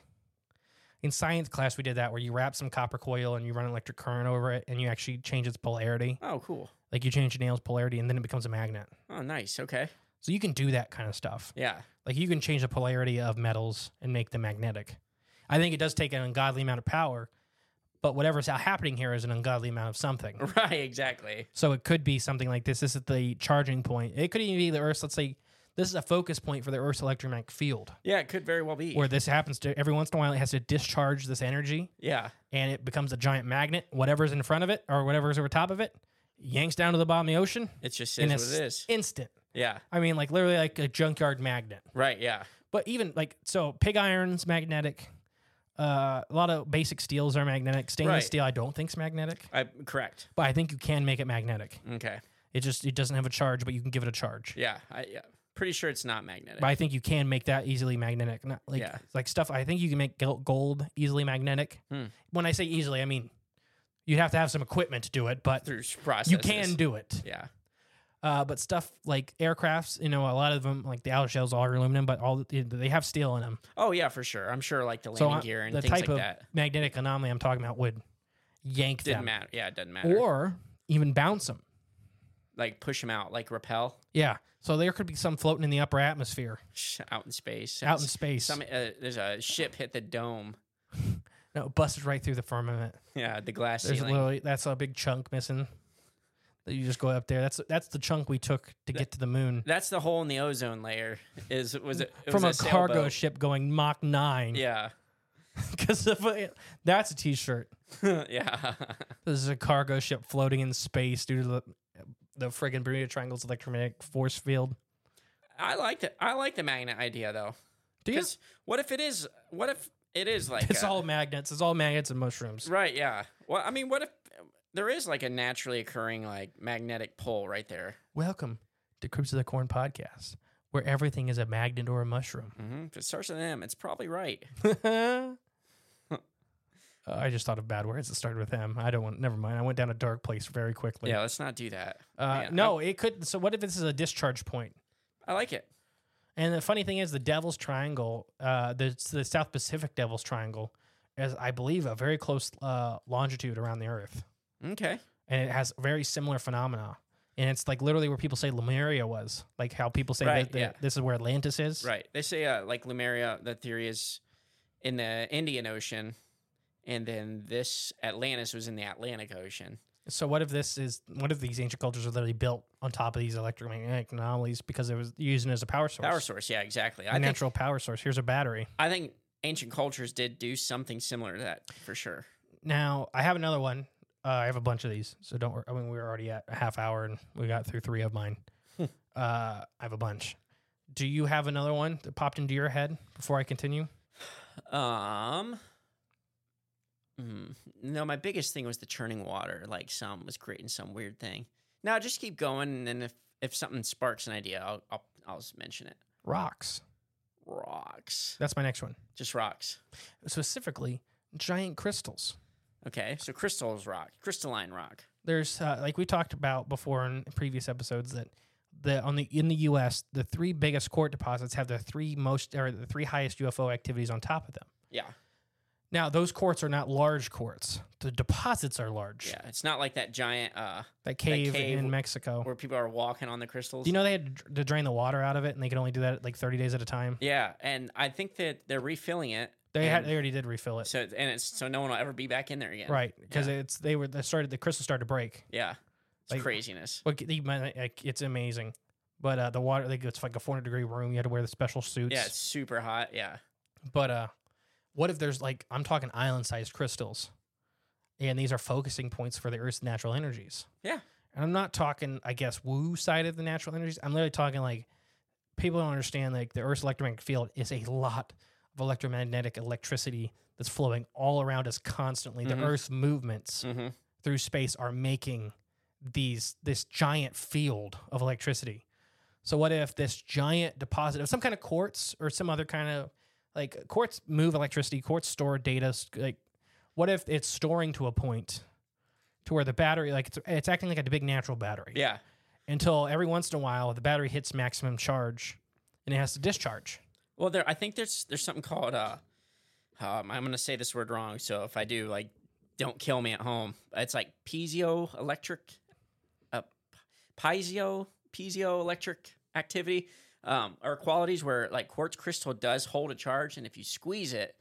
In science class we did that where you wrap some copper coil and you run electric current over it and you actually change its polarity.
Oh, cool.
Like you change the nail's polarity and then it becomes a magnet.
Oh, nice. Okay.
So you can do that kind of stuff.
Yeah.
Like you can change the polarity of metals and make them magnetic. I think it does take an ungodly amount of power, but whatever's happening here is an ungodly amount of something.
Right, exactly.
So it could be something like this. This is the charging point. It could even be the Earth's, let's say, this is a focus point for the Earth's electromagnetic field
Yeah, it could very well be.
where this happens to every once in a while. It has to discharge this energy
yeah.
and it becomes a giant magnet. Whatever's in front of it or whatever's over top of it yanks down to the bottom of the ocean
It's just
in
is
an
what it is.
instant.
Yeah.
I mean, like literally like a junkyard magnet.
Right, yeah.
But even like, so pig iron's magnetic. Uh, a lot of basic steels are magnetic. Stainless
Right.
steel, I don't think's magnetic,
I correct.
but I think you can make it magnetic.
Okay.
It just it doesn't have a charge, but you can give it a charge.
Yeah, I yeah. Pretty sure it's not magnetic.
But I think you can make that easily magnetic. Not like
Yeah.
like stuff. I think you can make gol- gold easily magnetic.
Hmm.
When I say easily, I mean you'd have to have some equipment to do it, but
Through process.
you can do it.
Yeah.
Uh, but stuff like aircrafts, you know, a lot of them like the outer shells are aluminum, but all the- they have steel in them.
Oh yeah, for sure. I'm sure like the
So
landing
I-
gear and
the
things
type
like
of
that
magnetic anomaly I'm talking about would yank
didn't
them
matter. Yeah, it doesn't matter.
or even bounce them.
like push them out, like repel
Yeah. So there could be some floating in the upper atmosphere,
sh- out in space.
out in
S-
space.
Some uh, there's a ship hit the dome.
no, it busted right through the firmament.
Yeah, the glass
There's
ceiling.
literally that's a big chunk missing. That you just go up there. That's that's the chunk we took to get to the moon
That's the hole in the ozone layer. Is was it, it
from a,
was
cargo
sailboat.
ship going Mach nine.
Yeah,
because that's a T-shirt.
yeah.
This is a cargo ship floating in space due to the the friggin' Bermuda Triangle's electromagnetic force field.
I like the I like the magnet idea though.
Do you?
'Cause What if it is? What if it is like
It's
a-
all magnets. It's all magnets and mushrooms.
Right, yeah. Well, I mean, what if there is like a naturally occurring like magnetic pole right there?
Welcome to Crypts of the Corn podcast, where everything is a magnet or a mushroom.
hmm If it starts with an M, it's probably right.
Uh, I just thought of bad words that started with M. I don't want. Never mind. I went down a dark place very quickly.
Yeah, let's not do that.
Uh,
Man,
no, it could. So, what if this is a discharge point?
I like it.
And the funny thing is, the Devil's Triangle, uh, the the South Pacific Devil's Triangle, is I believe a very close uh, longitude around the Earth,
Okay.
and it has very similar phenomena. And it's like literally where people say Lemuria was, like how people say
Right,
that, that
yeah.
this is where Atlantis is.
Right. They say uh, like Lemuria, the theory is in the Indian Ocean, and then this Atlantis was in the Atlantic Ocean.
So what if this is what if these ancient cultures are literally built on top of these electromagnetic anomalies because it was using it as a power source,
Power source. Yeah, exactly.
a
I think
natural power source? Here's a battery.
I think ancient cultures did do something similar to that for sure.
Now I have another one. Uh, I have a bunch of these, so don't. worry. I mean, we are already at a half hour, and we got through three of mine.
Hmm.
uh, I have a bunch. Do you have another one that popped into your head before I continue?
Um. mm, no, my biggest thing was the churning water. Like some was creating some weird thing. Now just keep going, and then if if something sparks an idea, I'll I'll, I'll just mention it.
Rocks.
Rocks.
That's my next one.
Just rocks.
Specifically, giant crystals.
Okay, so crystals rock, crystalline rock.
there's uh, like we talked about before in previous episodes that the on the in the U.S. the three biggest court deposits have the three most or the three highest UFO activities on top of them.
Yeah,
Now those courts are not large courts; the deposits are large.
yeah. It's not like that giant uh
That cave,
cave
in Mexico.
where people are walking on the crystals.
Do you know they had to dr- to drain the water out of it, and they could only do that at like 30 days at a time?
Yeah, and I think that they're refilling it.
They had
and
they already did refill it,
so and it's so no one will ever be back in there again.
right? Because it's they were they started the crystal started to break.
Yeah, it's
Like-
craziness.
But you might- like, it's amazing. But uh, the water, like it's like a 400 degree room. You had to wear the special suits.
Yeah, it's super hot. Yeah.
But uh what if there's like I'm talking island sized crystals and these are focusing points for the earth's natural energies.
Yeah.
And I'm not talking, I guess, woo side of the natural energies. I'm literally talking like people don't understand like the earth's electromagnetic field is a lot of electromagnetic electricity that's flowing all around us constantly.
Mhm.
The earth's movements
Mhm.
through space are making these this giant field of electricity. So what if this giant deposit of some kind of quartz or some other kind of like quartz move electricity, quartz store data. s- Like, what if it's storing to a point to where the battery, like it's, it's acting like a big natural battery
Yeah.
until every once in a while the battery hits maximum charge and it has to discharge.
Well, there. I think there's there's something called uh, um, I'm gonna say this word wrong. So if I do, like, don't kill me at home. It's like piezoelectric, uh, piezo piezoelectric activity um, or qualities where like quartz crystal does hold a charge, and if you squeeze it,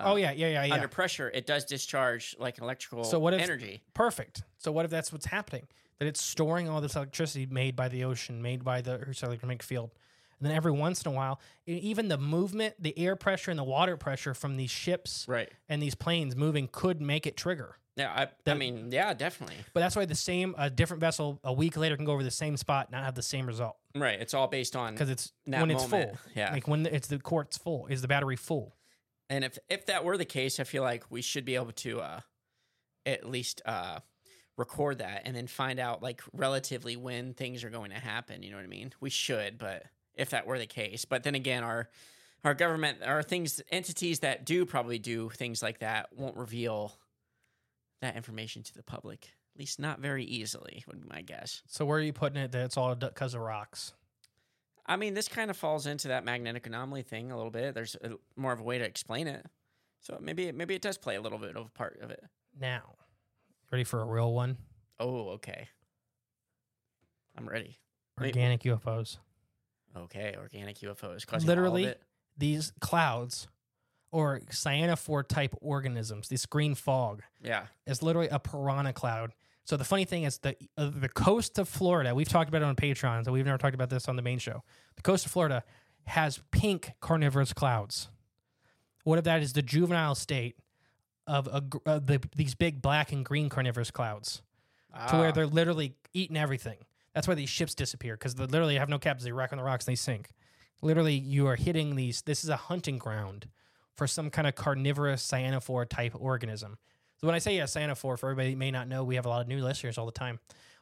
um,
oh yeah, yeah, yeah, yeah.
under pressure, it does discharge like an electrical
So what if-
energy.
Perfect. So what if that's what's happening? That it's storing all this electricity made by the ocean, made by the Earth's electromagnetic field. And then every once in a while, e- even the movement, the air pressure and the water pressure from these ships
Right.
and these planes moving could make it trigger.
Yeah. I, I
That-
mean, yeah, definitely.
But that's why the same, a different vessel a week later can go over the same spot and not have the same result
Right. It's all based on
because it's
In Mm. that
when it's
moment,
full.
yeah.
Like when it's the quartz full, is the battery full?
And if if that were the case, I feel like we should be able to uh, at least uh, record that and then find out like relatively when things are going to happen. You know what I mean? We should, but if that were the case, but then again, our our government, our things, entities that do probably do things like that won't reveal that information to the public, at least not very easily, would be my guess.
So where are you putting it that it's all because of rocks?
I mean, this kind of falls into that magnetic anomaly thing a little bit. There's a, more of a way to explain it, so maybe maybe it does play a little bit of a part of it.
Now, ready for a real one?
Oh, okay. I'm ready. Wait.
Organic UFOs.
Okay, organic UFOs causing
Literally,
all of it.
these clouds or cyanophore type organisms, this green fog,
Yeah,
is literally a piranha cloud. So the funny thing is the uh, the coast of Florida. We've talked about it on Patreon, so we've never talked about this on the main show. The coast of Florida has pink carnivorous clouds. What if that is the juvenile state of a, gr- of the, these big black and green carnivorous clouds? to where
Ah,
they're literally eating everything. That's why these ships disappear because they literally have no captains. They wreck on the rocks and they sink. Literally, you are hitting these. This is a hunting ground for some kind of carnivorous cyanophore type organism. So when I say a cyanophore, for everybody that may not know, we have a lot of new listeners all the time.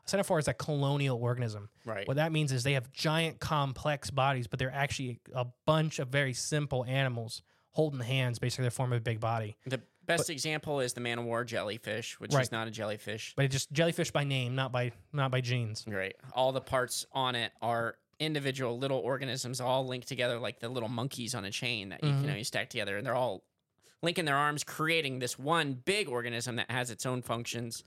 A cyanophore is a colonial organism.
right.
What that means is they have giant, complex bodies, but they're actually a bunch of very simple animals holding hands, basically their form of a big body.
the best example is the man of war jellyfish, which
Right.
is not a jellyfish.
But it's just jellyfish by name, not by not by genes.
Right. All the parts on it are individual little organisms all linked together like the little monkeys on a chain that you, you know
Mhm.
you stack together and they're all linking their arms creating this one big organism that has its own functions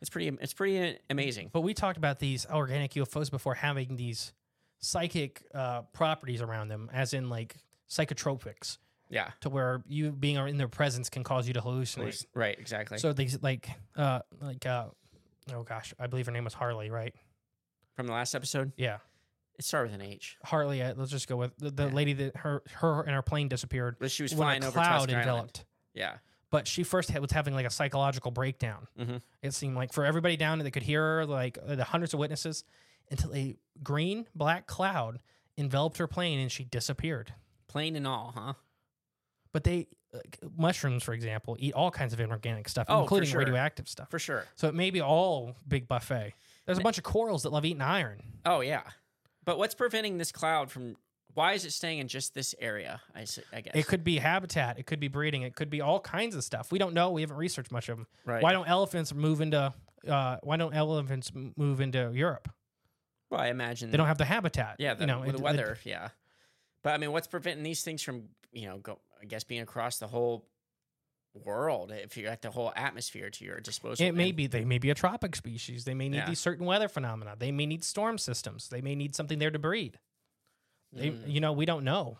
it's pretty it's pretty uh, amazing
But we talked about these organic UFOs before having these psychic uh, properties around them, as in like psychotropics,
yeah
to where you being in their presence can cause you to hallucinate.
right exactly
So these like uh like uh oh gosh, I believe her name was Harley, right?
from the last episode
Yeah.
it started with an h
Harley, uh, let's just go with the, the lady that her her and her plane disappeared.
But she was
when
flying
a
over
cloud
Tuscan Island.
enveloped.
yeah
But she first had, was having like a psychological breakdown.
mm-hmm.
It seemed like for everybody down there that could hear her, like uh, the hundreds of witnesses, until a green black cloud enveloped her plane and she disappeared.
plain and all huh
But they, like, mushrooms, for example, eat all kinds of inorganic stuff,
Oh, for
including
sure.
radioactive stuff.
for sure
So it may be all big buffet. There's a bunch of corals that love eating iron.
oh yeah but what's preventing this cloud from why is it staying in just this area i, s- I guess
It could be habitat. It could be breeding. It could be all kinds of stuff. We don't know. We haven't researched much of them.
Right.
Why don't elephants move into? Uh, why don't elephants m- move into Europe?
well i imagine
They don't have the habitat.
Yeah, the,
you know,
with
it-
the
it-
weather. yeah, but I mean, what's preventing these things from you know, go, I guess, being across the whole world if you got the whole atmosphere to your disposal?
It may
And-
be they may be a tropic species. They may need
Yeah.
these certain weather phenomena. They may need storm systems. They may need something there to breed. They,
Mm.
You know, we don't know.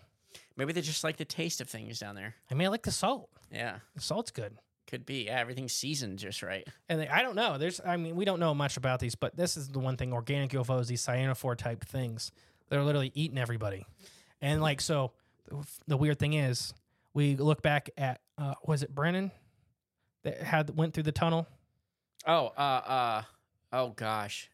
maybe they just like the taste of things down there.
I mean, I like the salt.
Yeah,
The salt's good.
could be. Yeah, everything's seasoned just right.
And they, I don't know. There's, I mean, we don't know much about these, but this is the one thing: organic UFOs, these cyanophore type things, they're literally eating everybody. And like, so the weird thing is, we look back at uh, was it Brennan that had went through the tunnel?
Oh, uh, uh, oh gosh,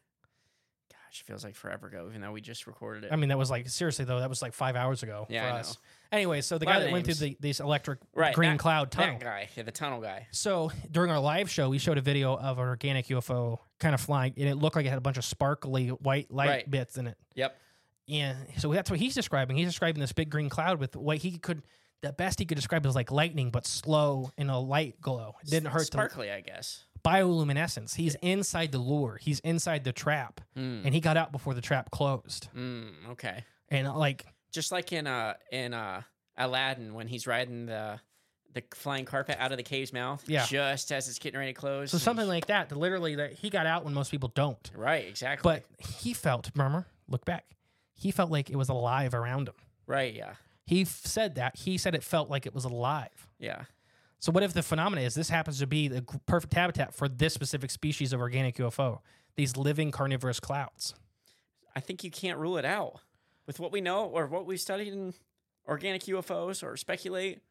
gosh, it feels like forever ago, even though we just recorded it.
I mean, that was like seriously though, that was like five hours ago
Yeah,
for
I
us. Anyway, so the
Lot
guy
of
that went through the,
names.
this electric
right,
green
that-
cloud tunnel.
That guy, yeah, the tunnel guy.
So during our live show, we showed a video of an organic UFO kind of flying, and it looked like it had a bunch of sparkly white light
Right.
bits in it.
Yep.
Yeah, so that's what he's describing. He's describing this big green cloud with what he could, the best he could describe as like lightning, but slow in a light glow. It didn't hurt to
Sparkly, I guess.
bioluminescence. He's inside the lure. He's inside the trap,
Mm.
and he got out before the trap closed.
Mm, okay.
And uh, like,
just like in uh in uh Aladdin when he's riding the the flying carpet out of the cave's mouth.
Yeah.
Just as it's getting ready to close.
so something like that. that Literally, that he got out when most people don't.
Right, exactly.
But he felt, murmur, look back. He felt like it was alive around him.
right, yeah.
He f- said that. He said it felt like it was alive.
Yeah.
So what if the phenomena is this happens to be the g- perfect habitat for this specific species of organic UFO, these living carnivorous clouds?
I think you can't rule it out. With what we know or what we've studied in organic UFOs or speculate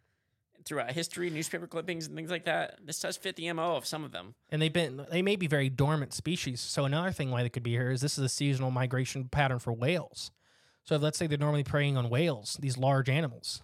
throughout history, newspaper clippings and things like that, this does fit the MO of some of them.
And they've been they may be very dormant species. So another thing why they could be here is this is a seasonal migration pattern for whales. So let's say they're normally preying on whales, these large animals,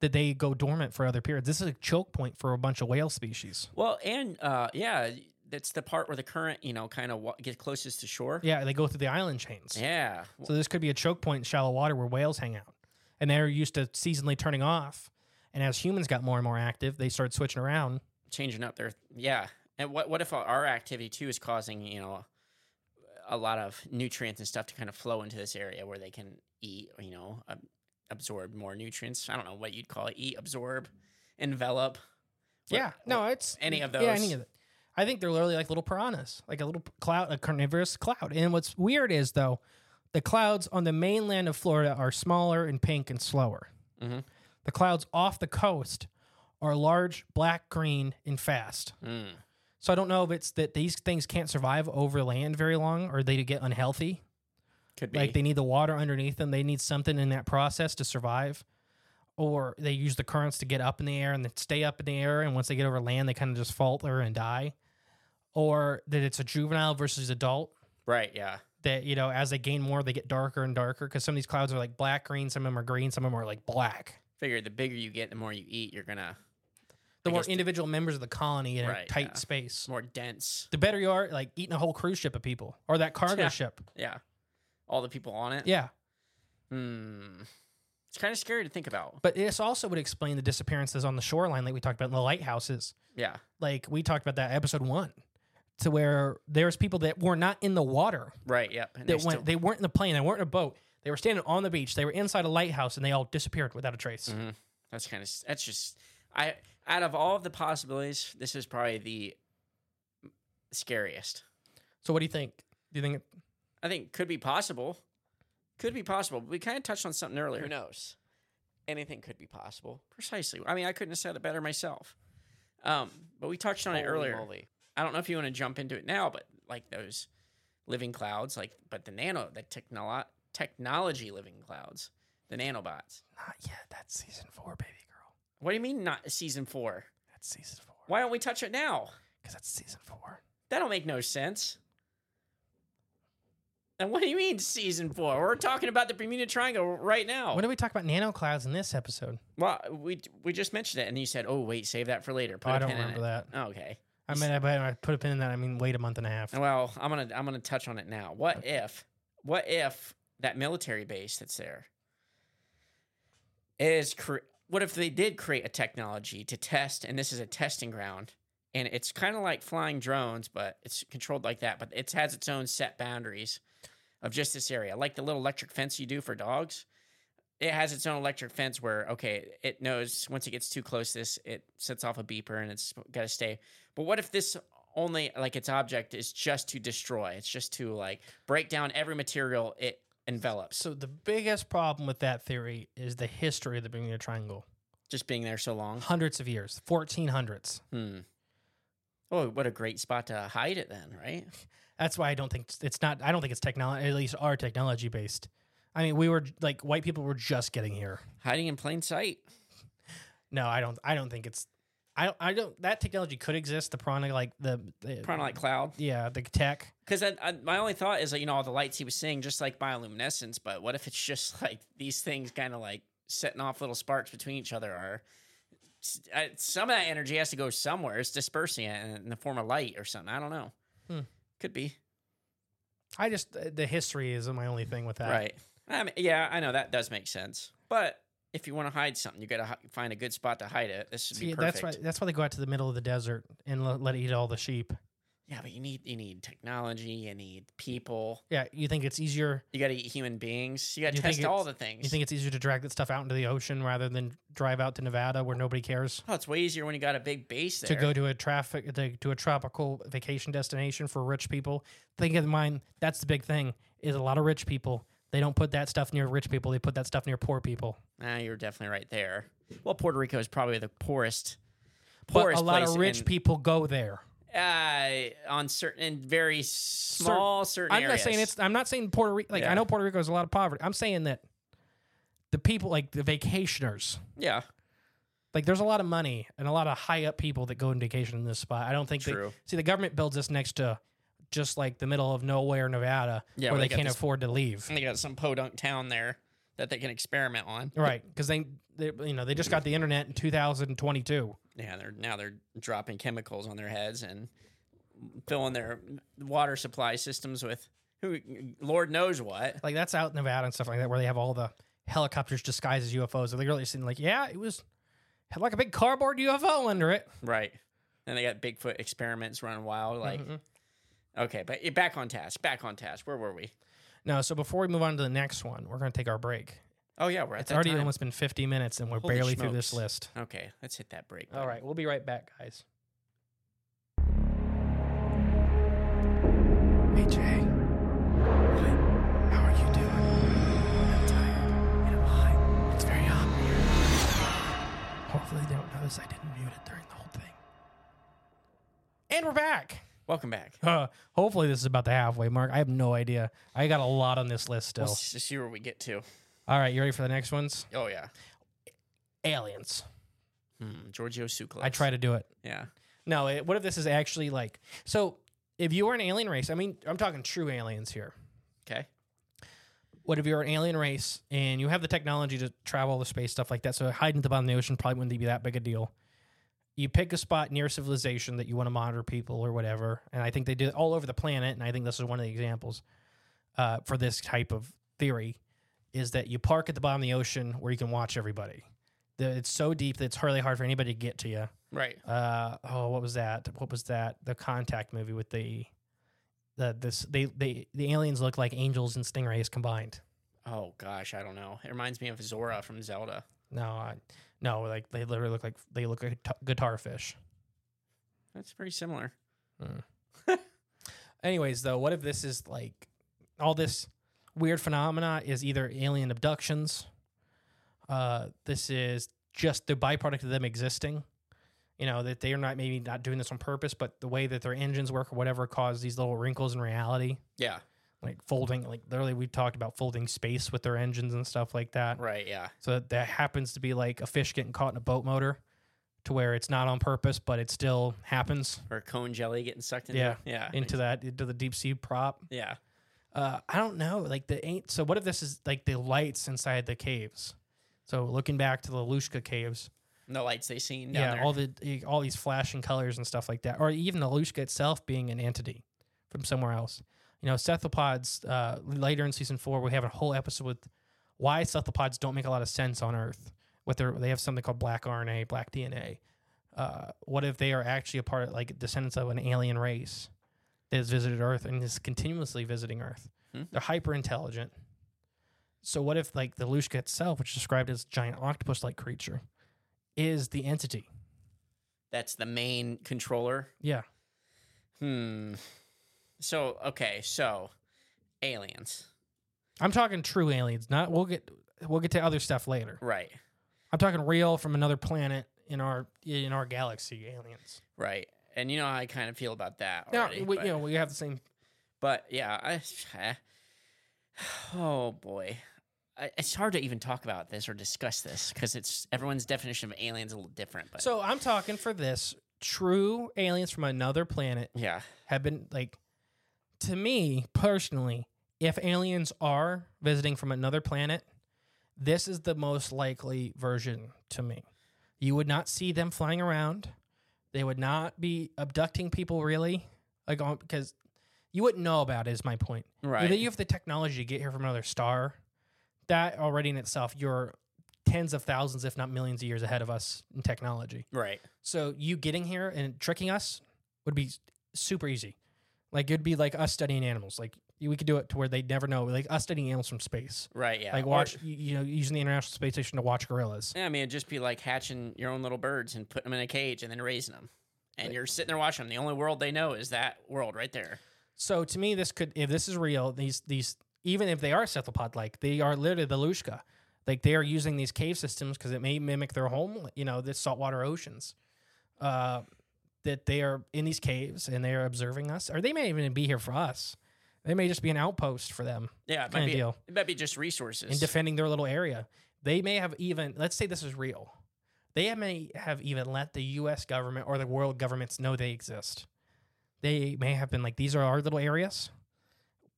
that they go dormant for other periods. This is a choke point for a bunch of whale species.
Well, and uh yeah, that's the part where the current, you know, kind of wa- gets closest to shore.
Yeah, they go through the island chains.
Yeah.
So this could be a choke point in shallow water where whales hang out, and they're used to seasonally turning off. And as humans got more and more active, they started switching around.
changing up their yeah. And what what if our activity too is causing you know a lot of nutrients and stuff to kind of flow into this area where they can eat you know ab- absorb more nutrients. I don't know what you'd call it. Eat, absorb, envelop. What-
yeah, no, it's
any of
Yeah, any
those.
of it. I think they're literally like little piranhas, like a little p- cloud, a carnivorous cloud. And what's weird is though, the clouds on the mainland of Florida are smaller and pink and slower.
Mhm.
The clouds off the coast are large, black, green, and fast.
Mm.
So I don't know if it's that these things can't survive over land very long, or they get unhealthy.
Could be
Like they need the water underneath them. They need something in that process to survive. Or they use the currents to get up in the air and then stay up in the air. And once they get over land, they kind of just falter and die. Or that it's a juvenile versus adult.
right. Yeah.
That, you know, as they gain more, they get darker and darker because some of these clouds are like black green, some of them are green, some of them are like black.
Figure the bigger you get, the more you eat. You're gonna
The
I
more
guess the-
individual members of the colony in a
Right,
tight
yeah.
space,
more dense.
the better you are, like eating a whole cruise ship of people or that cargo
Yeah.
ship.
Yeah. All the people on it.
Yeah.
Hmm. It's kind of scary to think about.
But this also would explain the disappearances on the shoreline, like we talked about in the lighthouses.
Yeah.
like we talked about that episode one to where there's people that were not in the water
Right. Yep. And
that
they
went
still-
they weren't in the plane they weren't in a boat they They were standing on the beach. They were inside a lighthouse, and they all disappeared without a trace.
Mhm. That's kind of that's just I out of all of the possibilities, this is probably the scariest.
So, what do you think? Do you think?
I think could be possible. Could be possible. We kind of touched on something earlier.
Who knows? Anything could be possible.
Precisely. I mean, I couldn't have said it better myself. Um, but we touched on it
Holy
earlier.
moly.
I don't know if you want to jump into it now, but like those living clouds, like but the nano, the technolo- technology living clouds, the nanobots.
Not yet. That's season four, baby girl.
What do you mean not season four?
That's season four.
Why don't we touch it now?
Because that's season four.
That don't make no sense. And what do you mean season four? We're talking about the Bermuda Triangle right now.
When did we talk about nano clouds in this episode?
well, we we just mentioned it, and you said, "Oh, wait, save that for later." Put
I
a
don't
pin in
remember
it. Oh,
that.
Okay.
I mean, I, but I put a pin in that. I mean, wait a month and a half.
Well, I'm gonna I'm gonna touch on it now. What if what if that military base that's there is cre- what if they did create a technology to test and this is a testing ground and it's kind of like flying drones but it's controlled like that but it has its own set boundaries of just this area like the little electric fence you do for dogs it has its own electric fence where okay it knows once it gets too close to this it sets off a beeper and it's got to stay but what if this only like its object is just to destroy it's just to like break down every material it envelops
So the biggest problem with that theory is the history of the Bermuda Triangle.
just being there so long
Hundreds of years, fourteen hundreds.
hmm oh what a great spot to hide it then right
That's why I don't think it's- it's not. I don't think it's technology. At least our technology based. I mean, we were like white people were just getting here.
hiding in plain sight
No, I don't. I don't think it's. I don't. I don't. That technology could exist. The prana like the, the
probably like cloud
Yeah, the tech.
Because I, I, my only thought is, like, you know, all the lights he was seeing, just like bioluminescence. But what if it's just like these things kind of like setting off little sparks between each other? Or s- I- some of that energy has to go somewhere. It's dispersing it in- in the form of light or something. I don't know.
Hmm.
Could be
I just uh, the history is my only thing with that.
right. I mean, yeah, I know that does make sense. But if you want to hide something, you got to hi- find a good spot to hide it. This should
See,
be perfect.
that's why that's why they go out to the middle of the desert and le- let it eat all the sheep.
Yeah, but you need you need technology. You need people.
Yeah, you think it's easier?
You got to eat human beings. You got
You
to
think
test all
it's-
the things.
You think it's easier to drag that stuff out into the ocean rather than drive out to Nevada where nobody cares?
oh, it's way easier when you got a big base there
To go to a traffic to, to a tropical vacation destination for rich people. Think of mine. That's the big thing. Is a lot of rich people. They don't put that stuff near rich people. They put that stuff near poor people.
Ah, you're definitely right there. Well, Puerto Rico is probably the poorest,
But
poorest
a lot
place
of rich
in-
people go there.
uh, on certain and very small certain.
I'm not saying
areas.
it's. I'm not saying Puerto Rico. Like
Yeah.
I know Puerto Rico has a lot of poverty. I'm saying that the people, like the vacationers,
yeah,
like there's a lot of money and a lot of high up people that go on vacation in this spot. I don't think
True.
They, see, the government builds this next to just like the middle of nowhere, Nevada,
Yeah,
where
where
they
they got
can't
this-
afford to leave.
And they got some podunk town there that they can experiment on.
Right, because they, they, you know, they just got the internet in 2022.
Yeah, they're now they're dropping chemicals on their heads and filling their water supply systems with who, Lord knows what.
Like that's out in Nevada and stuff like that, where they have all the helicopters disguised as UFOs. And they really seem like, yeah, it was had like a big cardboard UFO under it.
Right. And they got Bigfoot experiments running wild. Like,
Mm-hmm.
okay, but eh, back on task. Back on task. Where were we?
No, so before we move on to the next one, we're going to take our break.
Oh yeah, we're at
It's
that
already
time.
almost been 50 minutes and we're
Holy
barely through this
smokes.
list.
Okay, let's hit that break.
All right, we'll be right back, guys.
Hey Jay. How are you doing? I'm tired and I'm hot. It's very hot in here.
Hopefully, they don't notice I didn't mute it during the whole thing. And we're back.
Welcome back.
Uh, hopefully, this is about the halfway mark. I have no idea. I got a lot on this list still.
Let's just see where we get to.
All right, you ready for the next ones?
Oh yeah,
Aliens.
hmm, Giorgio Tsoukalos.
I try to do it.
Yeah,
No, it, what if this is actually like. So, if you were an alien race, I mean, I'm talking true aliens here.
okay.
what if you're an alien race and you have the technology to travel the space stuff like that so hiding at the bottom of the ocean probably wouldn't be that big a deal you pick a spot near civilization that you want to monitor people or whatever and i think they do it all over the planet and i think this is one of the examples uh, for this type of theory is that you park at the bottom of the ocean where you can watch everybody The- it's so deep that it's hardly hard for anybody to get to you
Right.
uh oh what was that what was that the contact movie with the the this they they the aliens look like angels and stingrays combined
Oh gosh, I don't know. It reminds me of Zora from Zelda.
No, I, no, like they literally look like they look like guita- guitar fish.
That's pretty similar.
Anyways, though, what if this is like all this weird phenomena is either alien abductions, uh, this is just the byproduct of them existing. You know that they are not maybe not doing this on purpose, but the way that their engines work or whatever caused these little wrinkles in reality,
Yeah.
like folding, like literally we talked about folding space with their engines and stuff like that.
Right. Yeah.
So that, that happens to be like a fish getting caught in a boat motor, to where it's not on purpose, but it still happens.
Or cone jelly getting sucked into.
Yeah,
Yeah.
into that into the deep sea prop.
Yeah.
Uh, I don't know. Like the ain't. So what if this is like the lights inside the caves? So looking back to the Lushka caves,
And the lights they seen. Down
yeah,
There.
all the all these flashing colors and stuff like that, or even the Lushka itself being an entity from somewhere else. You know, cephalopods. Uh, later in season four, we have a whole episode with why cephalopods don't make a lot of sense on Earth. What they they have something called black RNA, black DNA. Uh, what if they are actually a part of like descendants of an alien race that has visited Earth and is continuously visiting Earth?
Hmm.
They're hyper intelligent. So what if like the Lushka itself, which is described as a giant octopus like creature, is the entity?
That's the main controller.
Yeah.
Hmm. So okay, so aliens.
I'm talking true aliens. Not we'll get we'll get to other stuff later.
Right.
I'm talking real from another planet in our in our galaxy aliens.
Right. And you know how I kind of feel about that.
No,
Already,
we,
but,
you know, we have the same.
but yeah, I, eh. oh boy, I, it's hard to even talk about this or discuss this because it's everyone's definition of aliens a little different. But
So I'm talking for this true aliens from another planet
yeah,
have been like to me personally, if aliens are visiting from another planet, this is the most likely version to me. You would not see them flying around. They would not be abducting people really. Like on because you wouldn't know about it is my point.
Right.
Either you have the technology to get here from another star. That already in itself, you're tens of thousands, if not millions of years ahead of us in technology.
right,
So you getting here and tricking us would be s- super easy. Like it'd be like us studying animals. Like we could do it to where they'd never know. Like us studying animals from space.
right, yeah.
Like
Or-
watch, you, you know, using the International Space Station to watch gorillas.
Yeah, I mean, it'd just be like hatching your own little birds and putting them in a cage and then raising them. And you're sitting there watching them. The only world they know is that world right there.
So to me, this could, if this is real, these these even if they are cephalopod like, they are literally the Lushka. Like they are using these cave systems because it may mimic their home. You know, the saltwater oceans. Uh, that they are in these caves and they are observing us, or they may even be here for us. They may just be an outpost for them.
Yeah, it might
Kinda
be,
deal.
it might be just resources.
and defending their little area. They may have even, let's say this is real, they may have even let the US government or the world governments know they exist. They may have been like, these are our little areas.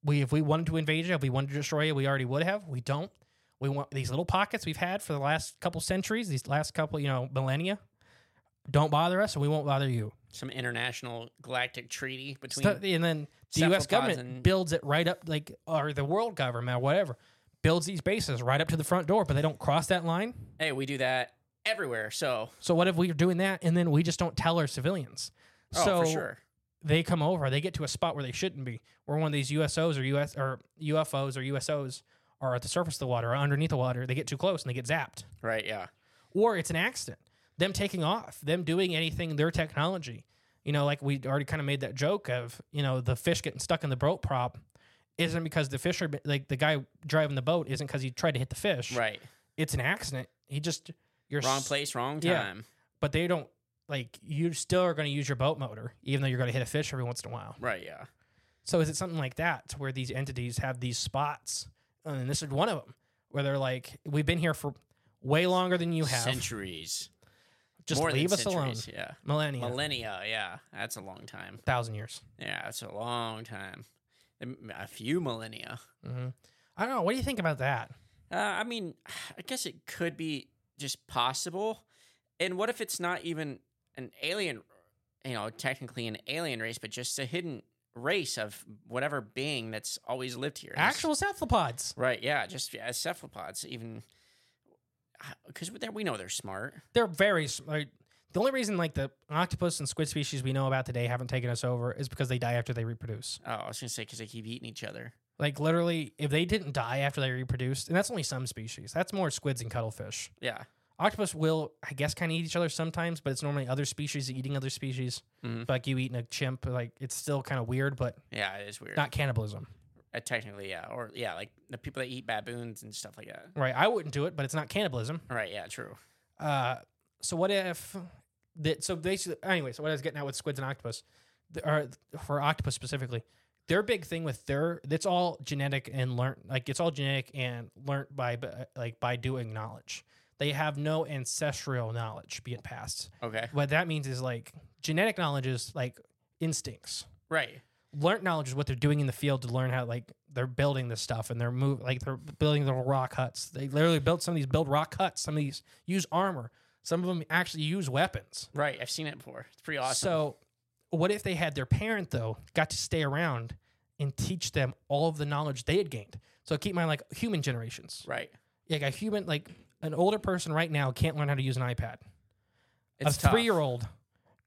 We, if we wanted to invade it, if we wanted to destroy it, we already would have. We don't. We want these little pockets we've had for the last couple centuries, these last couple, you know, millennia. Don't bother us, and we won't bother you.
Some international galactic treaty between.
Stu- and then the U.S.
cephalopods
government
and-
builds it right up, like or the world government or whatever builds these bases right up to the front door, but they don't cross that line.
hey, we do that everywhere. So,
So what if we're doing that and then we just don't tell our civilians?
oh,
so
for sure.
they come over, they get to a spot where they shouldn't be, where one of these USOs or US or UFOs or USOs are at the surface of the water or underneath the water. They get too close and they get zapped,
Right, yeah.
or it's an accident. Them taking off, them doing anything, their technology. You know, like we already kind of made that joke of you know the fish getting stuck in the boat prop isn't because the fisher like the guy driving the boat isn't because he tried to hit the fish.
Right.
It's an accident. He just you're
Wrong
s-
place, wrong
Yeah.
time.
but they don't like you still are going to use your boat motor even though you're going to hit a fish every once in a while
Right, yeah.
so is it something like that to where these entities have these spots and this is one of them where they're like we've been here for way longer than you have
Centuries.
just
More than
leave us alone
centuries, Yeah.
millennia
Millennia, yeah. That's a long time.
thousand years
Yeah, that's a long time. Um, A few millennia.
hmm i don't know what do you think about that
Uh, I mean, I guess it could be just possible. And what if it's not even an alien, you know, technically an alien race, but just a hidden race of whatever being that's always lived here? And it's-
actual cephalopods
Right. Yeah. Just yeah, cephalopods, even. uh, Because we know they're smart.
they're very smart the only reason like the octopus and squid species we know about today haven't taken us over is because they die after they reproduce
Oh, I was going to say because they keep eating each other.
Like literally, if they didn't die after they reproduced, and that's only some species. That's more squids and cuttlefish.
Yeah.
Octopus will, I guess, kind of eat each other sometimes, but it's normally other species eating other species.
Mhm.
Like you eating a chimp, like it's still kind of weird, but
Yeah, it is weird.
not cannibalism,
Uh, technically, yeah, or yeah, like the people that eat baboons and stuff like that.
right? I wouldn't do it, but it's not cannibalism.
Right? Yeah, true.
Uh, so what if that? So basically, anyway, so what I was getting at with squids and octopus, th- or for octopus specifically, their big thing with their it's all genetic and learnt, like it's all genetic and learnt by b- like by doing knowledge. They have no ancestral knowledge being passed.
Okay.
What that means is like genetic knowledge is like instincts.
Right.
Learned knowledge is what they're doing in the field to learn how like they're building this stuff and they're move like they're building little rock huts. They literally built some of these build rock huts. Some of these use armor. Some of them actually use weapons.
Right. I've seen it before. It's pretty awesome.
So, what if they had their parent though got to stay around and teach them all of the knowledge they had gained? So keep in mind like human generations.
Right.
Like a human like an older person right now can't learn how to use an iPad.
It's
a
tough.
three year old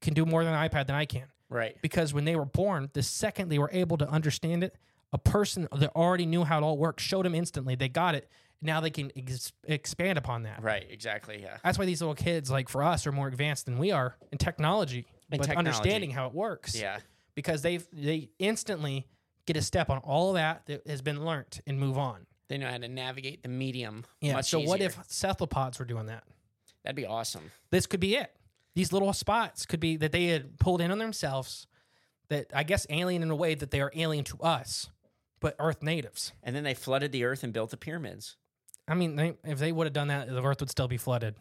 can do more than an iPad than I can
Right.
because when they were born, the second they were able to understand it, a person that already knew how it all worked showed them instantly. They got it. Now they can ex- expand upon that.
Right. Exactly. Yeah.
That's why these little kids, like for us, are more advanced than we are in technology,
In
but
technology.
understanding how it works.
Yeah.
Because they they instantly get a step on all that that has been learnt and move on.
They know how to navigate the medium.
Yeah.
Much
so what
easier.
if cephalopods were doing that?
that'd be awesome?
this could be it. These little spots could be that they had pulled in on themselves. That I guess alien in a way that they are alien to us, but Earth natives.
And then they flooded the earth and built the pyramids.
I mean, they, if they would have done that, the Earth would still be flooded.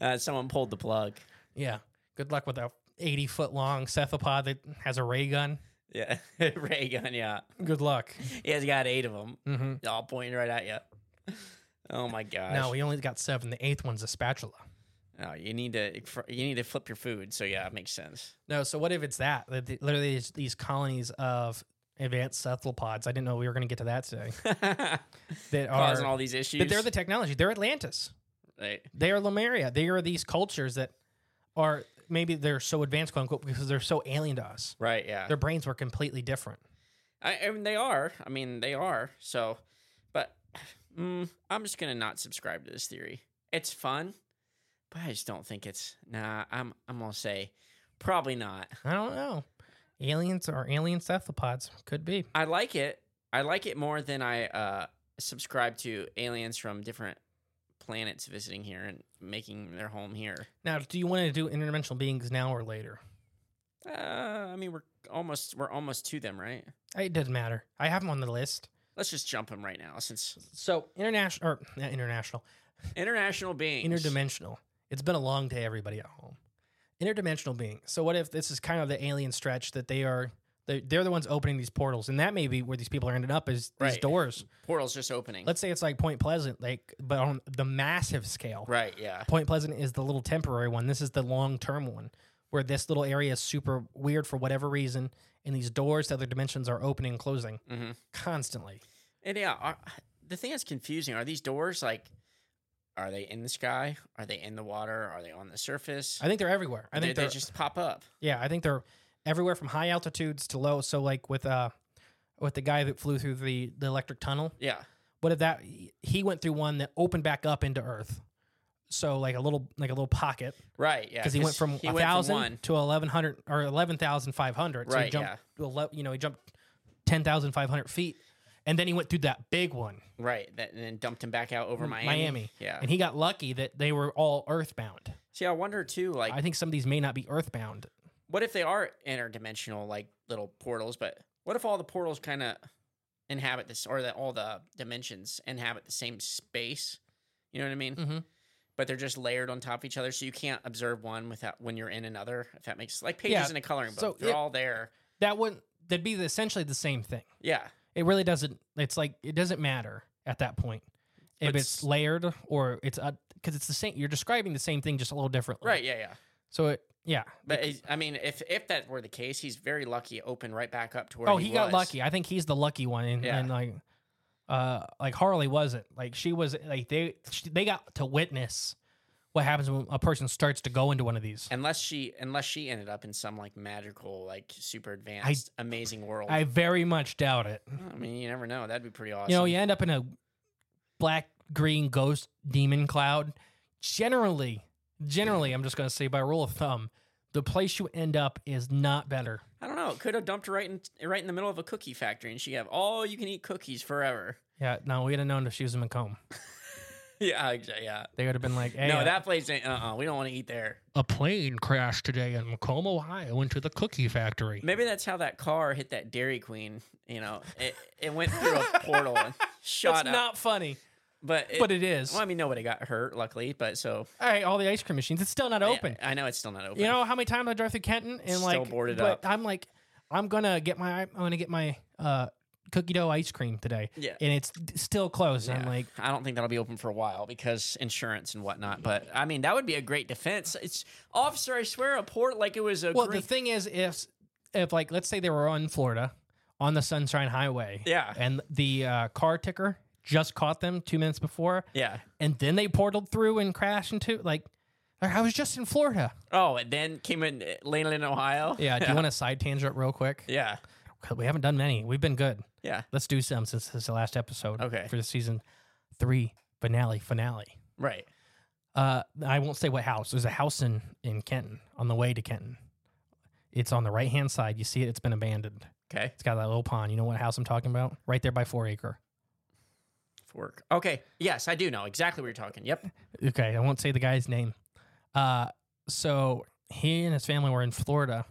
Uh, someone pulled the plug.
Yeah. Good luck with a eighty foot long cephalopod that has a ray gun.
Yeah. Ray gun. Yeah.
Good luck.
He has got eight of them.
Mhm.
All pointing right at you. Oh my gosh.
No, we only got seven. The eighth one's a spatula.
No, you need to you need to flip your food. So yeah, it makes sense.
No, so what if it's that? That the- Literally, it's these colonies of advanced cephalopods. I didn't know we were going to get to that today. that are
Causing all these
That
issues.
they're the technology. They're Atlantis.
Right.
They are Lemuria. They are these cultures that are maybe they're so advanced, quote unquote, because they're so alien to us.
Right. Yeah.
Their brains were completely different.
I, I mean, they are. I mean, they are. So, but mm, I'm just gonna not subscribe to this theory. It's fun, but I just don't think it's. Nah, I'm. I'm gonna say probably not.
I don't know. Aliens or alien cephalopods could be.
I like it. I like it more than I uh, subscribe to aliens from different planets visiting here and making their home here.
Now, do you want to do interdimensional beings now or later?
Uh, I mean, we're almost. We're almost to them, right?
It doesn't matter. I have them on the list.
Let's just jump them right now, since
So international or not international,
international beings.
interdimensional. It's been a long day, everybody at home. Interdimensional beings. So what if this is kind of the alien stretch that they are? They're, they're the ones opening these portals, and that may be where these people are ending up is these
Right.
doors.
portals just opening.
let's say it's like Point Pleasant, like but on the massive scale.
right. Yeah.
Point Pleasant is the little temporary one. This is the long term one, where this little area is super weird for whatever reason, and these doors to other dimensions are opening and closing
Mm-hmm.
constantly.
And yeah, are, the thing that's confusing are these doors like are they in the sky? Are they in the water? Are they on the surface?
I think they're everywhere. I
They-
think
they,
they're
just pop up.
yeah. I think they're everywhere from high altitudes to low. So like with uh with the guy that flew through the the electric tunnel,
Yeah.
what if that he went through one that opened back up into Earth? So like a little like a little pocket.
Right. Yeah.
because he went from
he
a
went
thousand
one.
to eleven hundred or eleven thousand five hundred. So he
Right,
jumped, to
yeah.
ele- you know, he jumped ten thousand five hundred feet, and then he went through that big one,
Right. That, and then dumped him back out over Miami. Yeah.
and he got lucky that they were all Earthbound.
See, I wonder too, like,
I think some of these may not be Earthbound.
what if they are interdimensional, like little portals? But what if all the portals kind of inhabit this, or that all the dimensions inhabit the same space? You know what I mean?
Mhm.
But they're just layered on top of each other, so you can't observe one without when you're in another. If that makes like pages
Yeah,
in a coloring book,
so
they're
it-
all there.
That wouldn't that'd be the- essentially the same thing.
Yeah,
It really doesn't. It's like it doesn't matter at that point if
But
it's,
s-
layered or it's because it's the same. You're describing the same thing just a little differently,
right. Yeah, yeah.
So it yeah.
But he's- I mean, if if that were the case, he's very lucky. it Opened right back up to where.
oh, he, got
was.
lucky. I think he's the lucky one, and,
Yeah.
and like, uh, like Harley wasn't. Like she was. Like they, she, they got to witness what happens when a person starts to go into one of these.
Unless she, unless she ended up in some like magical, like super advanced, amazing world.
I very much doubt it.
I mean, you never know. That'd be pretty awesome.
You know, you end up in a black green ghost demon cloud. Generally, generally, I'm just going to say by rule of thumb, the place you end up is not better.
I don't know. It could have dumped her right in right in the middle of a cookie factory, and she have all you can eat cookies forever.
Yeah, no, we'd have known if she was in Macomb.
Yeah, exa- yeah.
They would have been like, hey,
no,
uh,
that place ain't. Uh, uh we don't want to eat there.
a plane crashed today in Macomb, Ohio, into the cookie factory.
Maybe that's how that car hit that Dairy Queen. You know, it, it went through a portal and shot
That's
up.
not funny.
but
but it is.
Well, I mean, nobody got hurt, luckily. But so
All right, all the ice cream machines. It's still not
Yeah,
open.
I know it's still not open.
You know how many times I drive through Kenton and
Still
like
boarded
but
up.
I'm like, I'm gonna get my I'm gonna get my uh cookie dough ice cream today.
Yeah.
And it's d- still closed. And I'm
Yeah.
like,
I don't think that'll be open for a while because insurance and whatnot. But I mean, that would be a great defense. It's officer, I swear, a port like it was a
well,
green-
the thing is, if if like let's say they were on Florida on the Sunshine Highway,
Yeah.
and the uh, car ticker just caught them two minutes before,
yeah.
and then they portaled through and crashed into like, I was just in Florida.
Oh, and then came in uh, Leyland, Ohio.
Yeah. Do
yeah.
you want to side tangent real quick?
Yeah.
God, We haven't done many. We've been good.
Yeah.
Let's do some since this is the last episode.
Okay.
For the season three finale finale.
Right.
Uh, I won't say what house. There's a house in in Kenton on the way to Kenton. It's on the right hand side. You see it. It's been abandoned.
Okay.
It's got that little pond. You know what house I'm talking about? Right there by Four Acre.
Fork. Okay. Yes, I do know exactly what you're talking. Yep.
Okay, I won't say the guy's name. Uh, so he and his family were in Florida,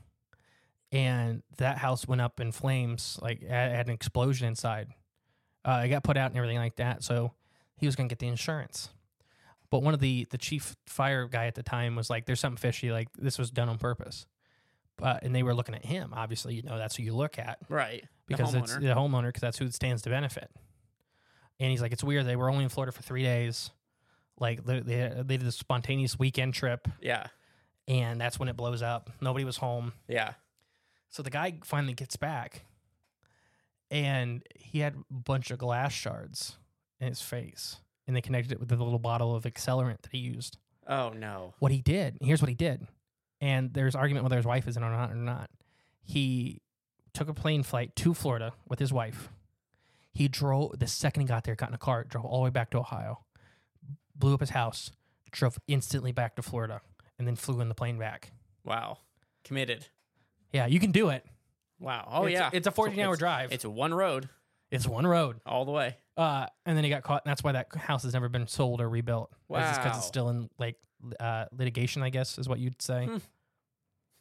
and that house went up in flames. Like it had had an explosion inside. Uh, it got put out and everything like that. So he was gonna get the insurance, but one of the the chief fire guy at the time was like, "There's something fishy. Like this was done on purpose." But and they were looking at him. Obviously, you know that's who you look at
Right.
because
the
it's
homeowner.
the homeowner because that's who it stands to benefit. And he's like, it's weird. They were only in Florida for three days. Like they they, they did a spontaneous weekend trip,
Yeah.
and that's when it blows up. Nobody was home,
Yeah.
so the guy finally gets back, and he had a bunch of glass shards in his face, and they connected it with the little bottle of accelerant that he used.
Oh no.
What he did, here's what he did, and there's argument whether his wife is in or not or not. He took a plane flight to Florida with his wife. He drove the second he got there, got in a car, drove all the way back to Ohio, blew up his house, drove instantly back to Florida, and then flew in the plane back.
Wow. Committed.
Yeah, you can do it.
Wow. Oh
It's-
yeah.
it's a 14-hour
it's-
drive.
It's one road
It's one road.
all the way.
Uh, and then he got caught, and that's why that house has never been sold or rebuilt. because
Wow.
it's still in like li- uh, litigation, I guess, is what you'd say.
Hmm.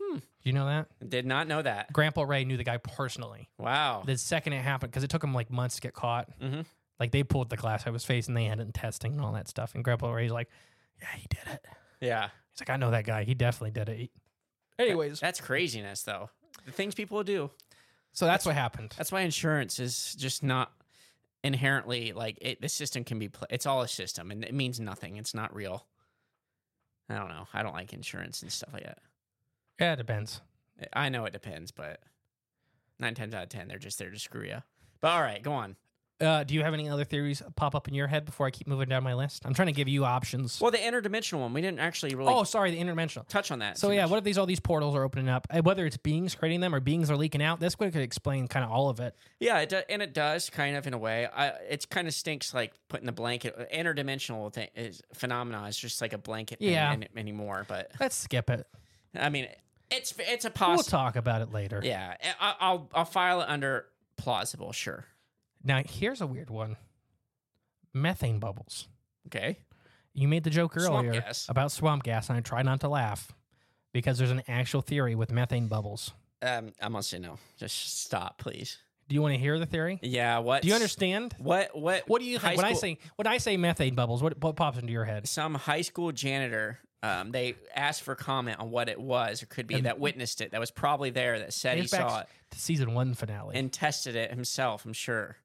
Hmm.
Do you know that?
Did not know that.
Grandpa Ray knew the guy personally.
Wow.
The second it happened, because it took him like months to get caught.
Mhm.
Like they pulled the glass out of his face and they had it in testing and all that stuff. And Grandpa Ray's like, "Yeah, he did it."
Yeah.
He's like, "I know that guy. He definitely did it." He- Anyways,
That's craziness though. The things people do.
so that's what happened.
That's why insurance is just not inherently like it, the system can be. Pl- it's all a system, and it means nothing. It's not real. I don't know. I don't like insurance and stuff like that.
Yeah, it depends.
I know it depends, but nine times out of ten, they're just there to screw you. But all right, go on.
Uh, do you have any other theories pop up in your head before I keep moving down my list? I'm trying to give you options.
Well, the interdimensional one, we didn't actually really
oh, sorry, the interdimensional.
touch on that.
So
too
yeah,
much.
what if these all these portals are opening up? Uh, Whether it's beings creating them or beings are leaking out, this could could explain kind of all of it.
Yeah, it do, and it does kind of in a way. I, it's kind of stinks like putting the blanket uh, interdimensional thing is phenomena is just like a blanket thing
Yeah.
an- anymore. But
Let's skip it.
I mean, it's it's a
We'll
possible.
talk about it later.
Yeah, I- I, I'll I'll file it under plausible. Sure.
Now here's a weird one: methane bubbles.
Okay.
You made the joke
Swamp
earlier
gas.
about swamp gas, and I try not to laugh because there's an actual theory with methane bubbles.
Um, I'm gonna say no. Just stop, please.
Do you want to hear the theory?
Yeah. What?
Do you understand?
What? What?
What do you
high
think? When I
school-
say when I say methane bubbles, what, what pops into your head?
some high school janitor? Um, they asked for comment on what it was or could be
And-
that witnessed it. That was probably there. That said he
Think back
saw it
to season one finale.
and tested it himself. I'm sure.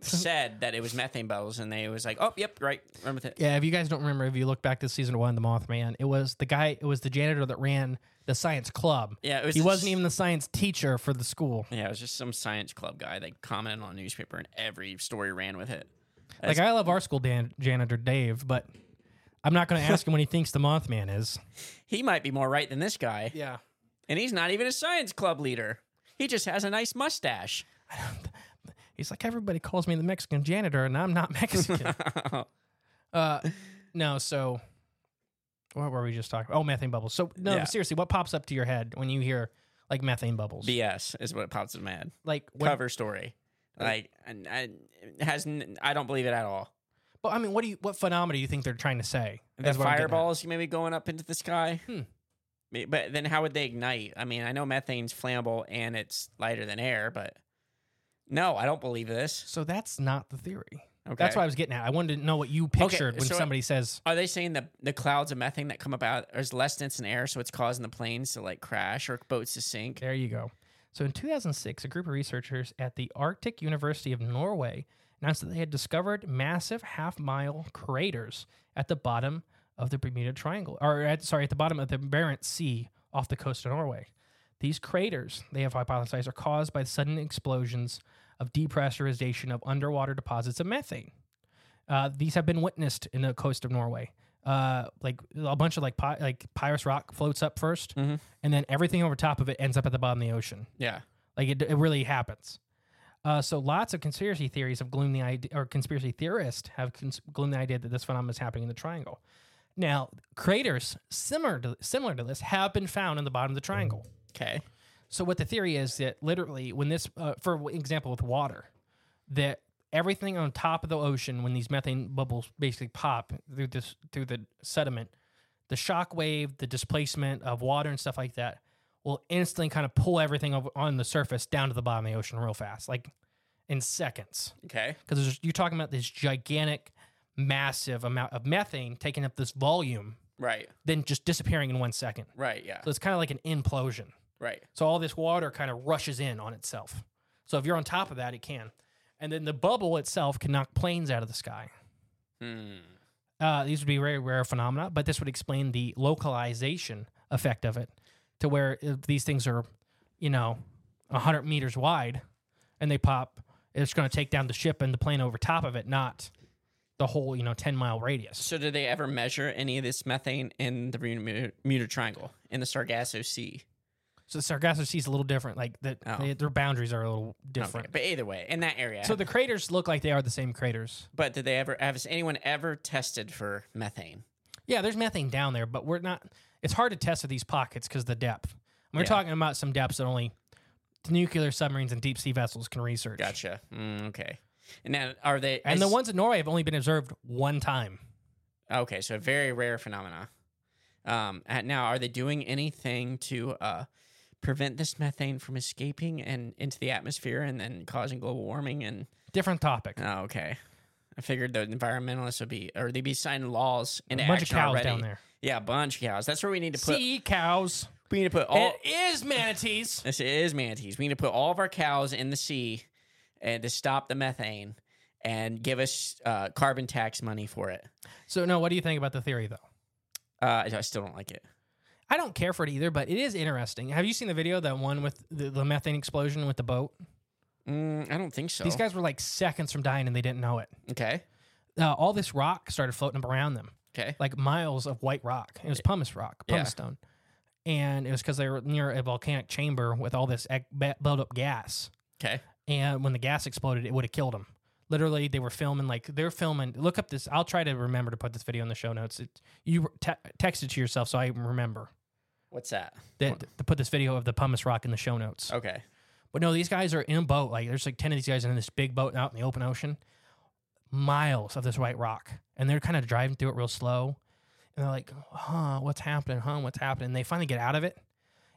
said that it was methane bubbles, and they was like, "Oh, yep, right, run with it."
Yeah, if you guys don't remember, if you look back to season one, the Mothman, it was the guy, it was the janitor that ran the science club.
Yeah, it was
he
this-
wasn't even the science teacher for the school.
Yeah, it was just some science club guy that commented on a newspaper, and every story ran with it.
Like I love our school dan- janitor Dave, but I'm not going to ask him what he thinks the Mothman is.
He might be more right than this guy.
Yeah.
And he's not even a science club leader. He just has a nice mustache.
He's like, everybody calls me the Mexican janitor, and I'm not Mexican. uh, no, so what were we just talking about? Oh, methane bubbles. So, no,
Yeah.
seriously, what pops up to your head when you hear like methane bubbles?
BS is what pops in my head.
Like, what,
Cover story. Like, and, and it has n- I don't believe it at all.
But I mean, what do you, what phenomena do you think they're trying to say?
The
That's what I'm getting at.
fireballs maybe going up into the sky.
Hmm.
May- But then how would they ignite? I mean, I know methane's flammable and it's lighter than air, but no, I don't believe this.
So that's not the theory.
Okay.
That's what I was getting at. I wanted to know what you pictured when
so I-
somebody says,
Are they saying the the clouds of methane that come up out is less dense in air, so it's causing the planes to like crash or boats to sink?
There you go. So in 2006, a group of researchers at the Arctic University of Norway announced that they had discovered massive half-mile craters at the bottom of the Bermuda Triangle, or at, sorry, at the bottom of the Barents Sea off the coast of Norway. These craters, they have hypothesized, are caused by sudden explosions of depressurization of underwater deposits of methane. Uh, these have been witnessed in the coast of Norway. Uh, like a bunch of like pi- like Pyrus rock floats up 1st and then everything over top of it ends up at the bottom of the ocean.
Yeah.
Like it, it really happens. Uh, so lots of conspiracy theories have gloomed the idea, or conspiracy theorists have cons- gloomed the idea that this phenomenon is happening in the triangle. Now, craters similar to similar to this have been found in the bottom of the triangle.
Okay.
So what the theory is that literally, when this, uh, for example, with water, that everything on top of the ocean, when these methane bubbles basically pop through this through the sediment, the shock wave, the displacement of water and stuff like that, will instantly kind of pull everything over on the surface down to the bottom of the ocean real fast, like in seconds.
Okay.
Because you're talking about this gigantic, massive amount of methane taking up this volume,
Right.
then just disappearing in one second.
Right. Yeah.
So it's kind of like an implosion.
Right.
So all this water kind of rushes in on itself. So if you're on top of that, it can. And then the bubble itself can knock planes out of the sky.
Hmm.
Uh, these would be very rare phenomena, but this would explain the localization effect of it to where if these things are, you know, 100 meters wide and they pop, it's going to take down the ship and the plane over top of it, not the whole, you know, 10 mile radius.
So did they ever measure any of this methane in the Bermuda Bermuda Triangle in the Sargasso Sea?
So the Sargasso Sea is a little different. Like the,
Oh.
they- their boundaries are a little different.
Okay, But either way, in that area.
So the craters look like they are the same craters.
but did they ever have anyone ever tested for methane?
Yeah, there's methane down there, but we're not. It's hard to test with these pockets because the depth. We're
Yeah.
talking about some depths that only nuclear submarines and deep sea vessels can research.
Gotcha. Mm, okay. And now are they
And the
is-
ones in Norway have only been observed one time.
Okay, so very rare phenomena. Um, and now, are they doing anything to uh, prevent this methane from escaping and into the atmosphere and then causing global warming? And
Different topic.
oh, okay, I figured the environmentalists would be, or they'd be signing laws and
bunch of
action
cows
already.
down there.
Yeah, a bunch of cows. That's where we need to put.
Sea cows.
we need to put all.
it is manatees.
This is manatees. We need to put all of our cows in the sea and to stop the methane and give us uh, carbon tax money for it.
so no, what do you think about the theory though?
Uh, I still don't like it.
I don't care for it either, but it is interesting. Have you seen the video that one with the, the methane explosion with the boat?
Mm, I don't think so.
These guys were like seconds from dying and they didn't know it.
Okay.
Uh, all this rock started floating up around them.
Okay.
like miles of white rock. It was pumice rock,
Yeah.
pumice stone, and it was because they were near a volcanic chamber with all this ec- ba- buildup gas.
Okay.
And when the gas exploded, it would have killed them. Literally, they were filming like they're filming. Look up this. I'll try to remember to put this video in the show notes. It, you te- text it to yourself so I remember
What's that?
that to put this video of the pumice rock in the show notes.
Okay.
But no, these guys are in a boat. Like there's like ten of these guys in this big boat out in the open ocean, miles of this white rock, and they're kind of driving through it real slow. And they're like, "Huh, what's happening? Huh, what's happening?" And they finally get out of it,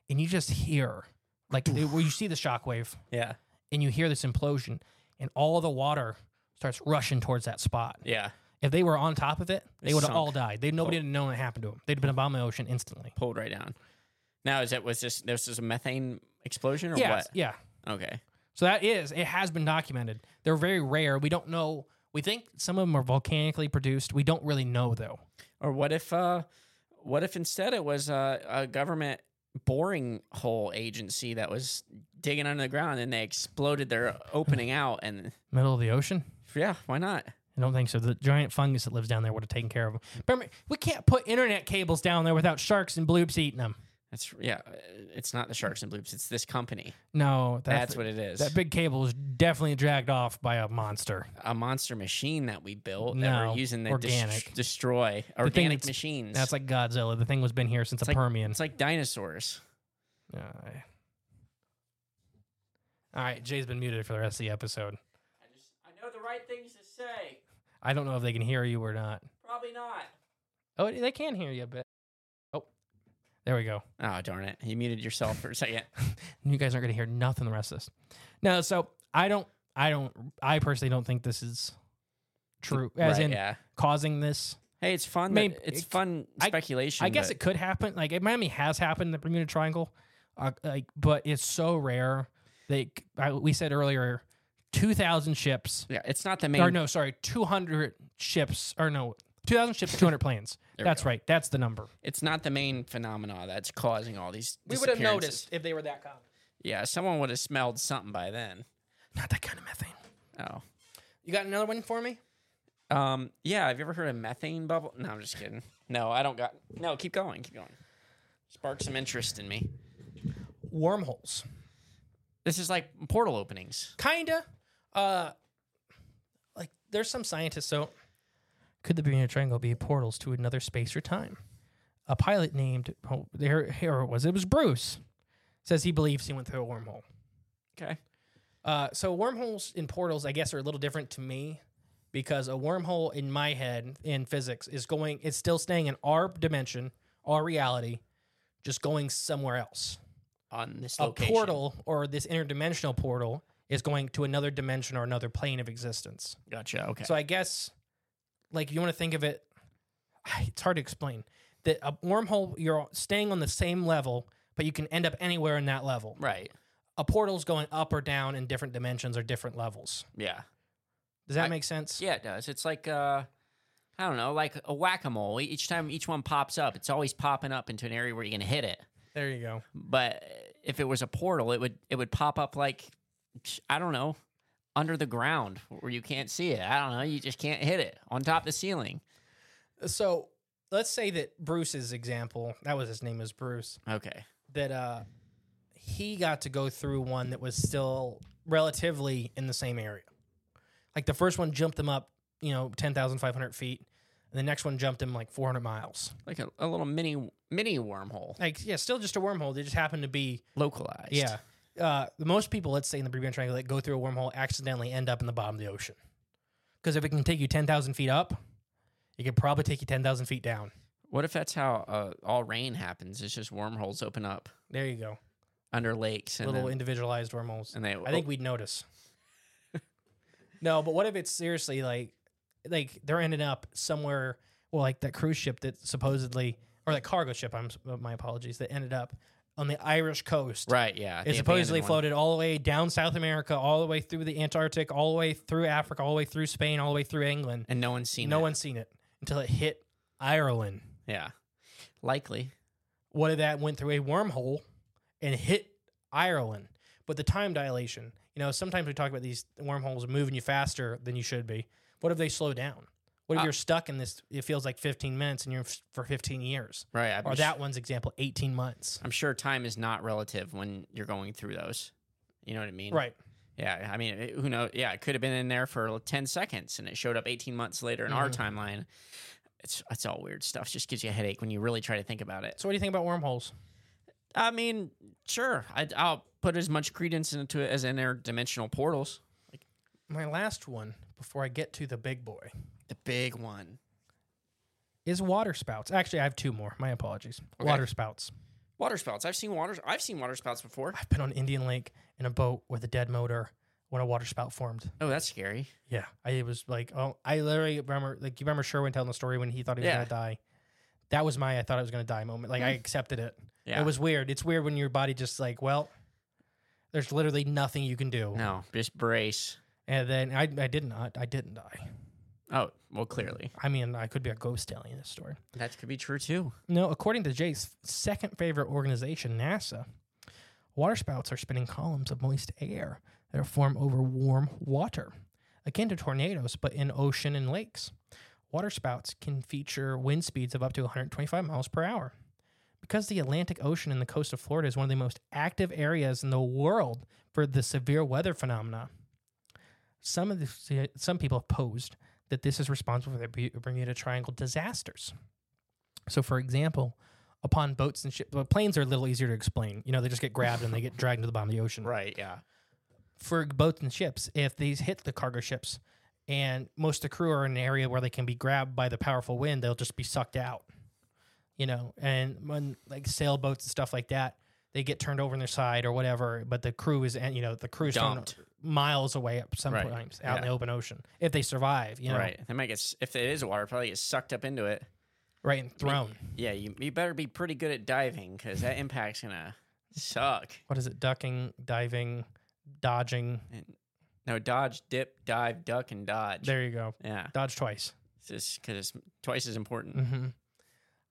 and you just hear like they, well, you see the shockwave,
Yeah.
and you hear this implosion, and all the water starts rushing towards that spot.
Yeah.
If they were on top of it, they
They
would have
sunk.
all died. They nobody would have known what happened to them. They'd have been abomination the ocean instantly.
Pulled right down. Now is that was this this is a methane explosion or
Yeah,
what?
yeah.
Okay.
So that is, it has been documented. They're very rare. We don't know. We think some of them are volcanically produced. We don't really know though.
Or what if uh what if instead it was uh, a government boring hole agency that was digging under the ground and they exploded their opening out and
Middle of the ocean,
yeah, why not?
I don't think so. The giant fungus that lives down there would have taken care of them. Remember, we can't put internet cables down there without sharks and bloops eating them.
That's yeah. uh, It's not the sharks and bloops. It's this company.
No,
that's, what it is.
That big cable is definitely dragged off by a monster.
a monster machine that we built that
No,
we're using to
organic.
organic. destroy
The thing
organic
that's-
machines.
That's like Godzilla. The thing was been here since
It's
the
like-
Permian.
It's like dinosaurs.
Aye. All right, Jay's been muted for the rest of the episode.
I know the right things to say.
I don't know if they can hear you or not.
Probably not.
Oh, they can hear you a bit. Oh, there we go.
Oh darn it! You muted yourself for a second.
You guys aren't going to hear nothing the rest of this. No, so I don't, I don't, I personally don't think this is true. As
Right,
in
yeah.
causing this.
Hey, it's fun.
Maybe-
that, it's
it-
fun
I-
speculation.
I guess
but
it could happen. Like it Miami has happened in the Bermuda Triangle, uh, like but it's so rare. Like I, we said earlier, two thousand ships.
Yeah, it's not the main-
Or no, sorry, two hundred ships. Or no, two thousand ships, two hundred planes.
There we
That's
go.
right. That's the number.
it's not the main phenomena that's causing all these.
We would have
disappearances.
noticed if they were that common.
Yeah, someone would have smelled something by then. Not that kind of methane.
You got another one for me?
Oh. Um. Yeah. Have you ever heard of methane bubble? No, I'm just kidding. No, I don't got. No, keep going. Keep going. Spark some interest in me.
Wormholes.
This is like portal openings.
Kinda. Uh, like there's some scientists. So could the Bermuda Triangle be portals to another space or time? A pilot named oh, there here it was. It was Bruce. Says he believes he went through a wormhole.
Okay.
Uh, so wormholes and portals, I guess, are a little different to me because a wormhole in my head in physics is going. It's still staying in our dimension, our reality, just going somewhere else
On this
a
location.
portal or this interdimensional portal is going to another dimension or another plane of existence.
Gotcha. Okay.
So I guess, like, you want to think of it. It's hard to explain that a wormhole. You're staying on the same level, but you can end up anywhere in that level.
Right.
A portal's going up or down in different dimensions or different levels.
Yeah.
Does that
I-
make sense?
Yeah, it does. It's like uh, I don't know, like a whack a mole. Each time each one pops up, it's always popping up into an area where you're gonna hit it.
There you go.
But if it was a portal, it would it would pop up like I don't know, under the ground where you can't see it. I don't know. You just can't hit it on top of the ceiling.
So let's say that Bruce's example. That was his name. Was Bruce.
Okay.
that uh he got to go through one that was still relatively in the same area. Like the first one jumped him up, you know, 10,500 feet. And the next one jumped him like 400 miles.
Like a, a little mini mini wormhole
Like, yeah, still just a wormhole. They just happened to be,
localized.
yeah. Uh, most people, let's say in the Bermuda Triangle, that go through a wormhole accidentally end up in the bottom of the ocean. Because if it can take you 10,000 feet up, it could probably take you 10,000 feet down.
What if that's how uh, all rain happens? It's just wormholes open up
There you go.
under lakes and
Little
then-
individualized wormholes.
and they
I think we'd notice. no, but what if it's seriously like, like they're ending up somewhere? Well, like that cruise ship that supposedly, or that cargo ship. I'm s- uh, my apologies. That ended up on the Irish coast.
right, yeah. the
It supposedly
abandoned one.
floated all the way down South America, all the way through the Antarctic, all the way through Africa, all the way through Spain, all the way through England.
and no one's seen
no
it.
one's seen it until it hit Ireland.
Yeah. Likely.
What if that went through a wormhole and hit Ireland? But the time dilation, you know, sometimes we talk about these wormholes moving you faster than you should be. What if they slow down? What if
Ah.
you're stuck in this? It feels like 15 minutes and you're f- for 15 years.
Right. I'm
Or
s-
that one's example, 18 months.
I'm sure time is not relative when you're going through those. You know what I mean?
Right.
Yeah. I mean, it- who knows? Yeah. It could have been in there for 10 seconds and it showed up 18 months later in our
Mhm.
timeline. It's, it's all weird stuff. Just gives you a headache when you really try to think about it.
So, what do you think about wormholes?
I mean, sure. I, I'll put as much credence into it as interdimensional portals.
My last one before I get to the big boy
The big one.
is water spouts. Actually, I have two more. My apologies.
Okay.
Water spouts.
Water spouts. I've seen water. I've seen water spouts before.
I've been on Indian Lake in a boat with a dead motor when a water spout formed.
Oh, that's scary.
Yeah, I was like, oh, I literally remember, like, you remember Sherwin telling the story when he thought he was
Yeah. Hmm.
gonna die. That was my I thought I was gonna die moment. Like I accepted it.
Yeah.
It was weird. It's weird when your body just like, well, there's literally nothing you can do.
No, just brace.
And then I, I did not. I didn't die.
Oh, well, clearly.
I mean, I could be a ghost telling this story.
That could be true too.
No, according to Jay's second favorite organization, NASA, waterspouts are spinning columns of moist air that form over warm water. akin to tornadoes, but in ocean and lakes. Waterspouts can feature wind speeds of up to 125 miles per hour. Because the Atlantic Ocean and the coast of Florida is one of the most active areas in the world for the severe weather phenomena, some of the, some people have posed that this is responsible for the Bu- Bermuda Triangle disasters. So, for example, upon boats and ships, well, planes are a little easier to explain. You know, they just get grabbed and they get dragged to the bottom of the ocean.
Right. Yeah.
For boats and ships, if these hit the cargo ships and most of the crew are in an area where they can be grabbed by the powerful wind, they'll just be sucked out. You know, and when like sailboats and stuff like that, they get turned over on their side or whatever, but the crew is, and you know, the crew's thrown
Dumped.
miles away at some
Right.
points out in the
Yeah.
open ocean if they survive, you know,
Right. They might get s- if it is water, probably get sucked up into it.
right and thrown.
Yeah. You, you better be pretty good at diving because that impact's gonna suck.
What is it? Ducking, diving, dodging.
No, dodge, dip, dive, duck, and dodge.
There you go.
Yeah.
Dodge twice.
It's just because it's twice as important.
Mm-hmm.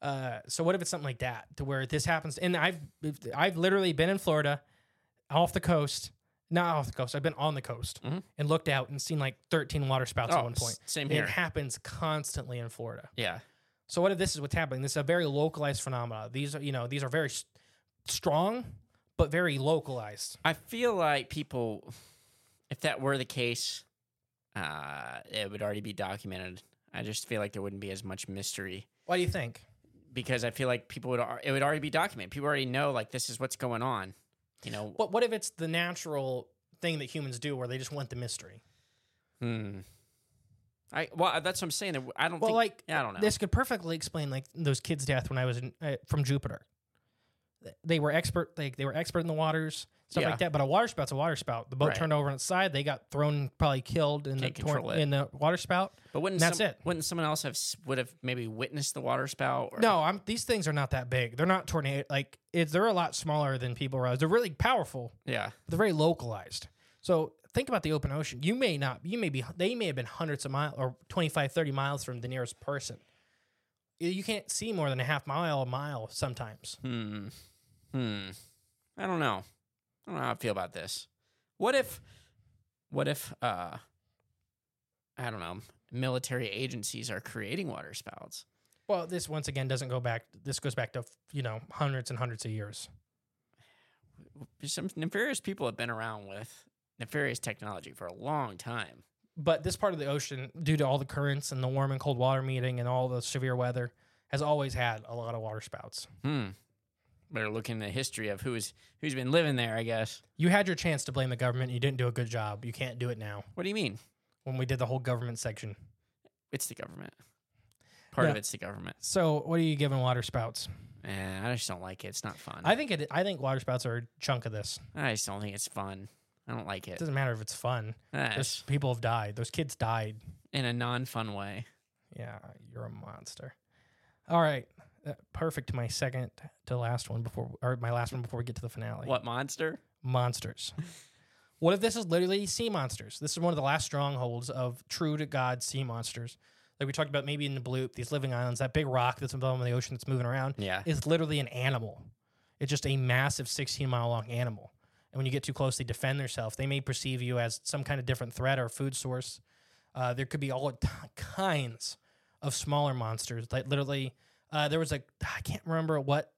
Uh, so what if it's something like that, to where this happens? And I've I've literally been in Florida, off the coast, not off the coast. I've been on the coast and looked out and seen like thirteen water spouts
Mm-hmm. Oh,
at one point.
s- same
And
here.
It happens constantly in Florida.
Yeah.
So what if this is what's happening? This is a very localized phenomena. These are you know these are very s- strong, but very localized.
I feel like people, if that were the case, uh, it would already be documented. I just feel like there wouldn't be as much mystery
What do you think?
because I feel like people would al- it would already be documented. People already know like this is what's going on. You know,
What what if it's the natural thing that humans do, where they just want the mystery?
hmm. I well uh, that's what I'm saying. I don't
Well,
think,
like,
I don't know.
This could perfectly explain like those kids' death when I was in, uh, from Jupiter. Th- They were expert, like they were expert in the waters, stuff
Yeah.
like that. But a water spout's a water spout. The boat
Right.
turned over on its side. They got thrown, probably killed in
Can't
the tor-
control it.
in the water spout.
but wouldn't
and that's
some-
it.
Wouldn't someone else have s- would have maybe witnessed the water spout? Or,
No, I'm. These things are not that big. They're not tornado. Like it, they're a lot smaller than people realize. They're really powerful.
Yeah.
They're very localized. So think about the open ocean. You may not, you may be, they may have been hundreds of miles or 25, 30 miles from the nearest person. You- You can't see more than a half mile, a mile sometimes.
Hmm. Hmm. I don't know. I don't know how I feel about this. What if what if uh I don't know, military agencies are creating water spouts?
Well, this once again doesn't go back, this goes back to, you know, hundreds and hundreds of years.
Some nefarious people have been around with nefarious technology for a long time.
But this part of the ocean, due to all the currents and the warm and cold water meeting and all the severe weather, has always had a lot of water spouts.
Hmm. Better look in the history of who's who's been living there, I guess.
You had your chance to blame the government. You didn't do a good job. You can't do it now.
What do you mean?
When we did the whole government section.
It's the government. Part of
No.
it's the government.
So, what are you giving water spouts?
And I just don't like it. It's not fun.
I think it. I think water spouts are a chunk of this.
I just don't think it's fun. I don't like
It
it.
doesn't matter if it's fun.
Ah,
Those
it's
people have died. Those kids died.
in a non fun way.
Yeah, you're a monster. All right, Uh, perfect. My second to last one before, or my last one before we get to the finale.
What monster?
monsters? what if this is literally sea monsters? This is one of the last strongholds of true to God sea monsters. Like we talked about, maybe in the bloop, these living islands, that big rock that's in the bottom of the ocean that's moving around.
Yeah.
is literally an animal. It's just a massive 16 mile long animal. And when you get too close, they defend themselves. They may perceive you as some kind of different threat or food source. Uh, there could be all t- kinds of smaller monsters. Like literally, uh, there was a I can't remember what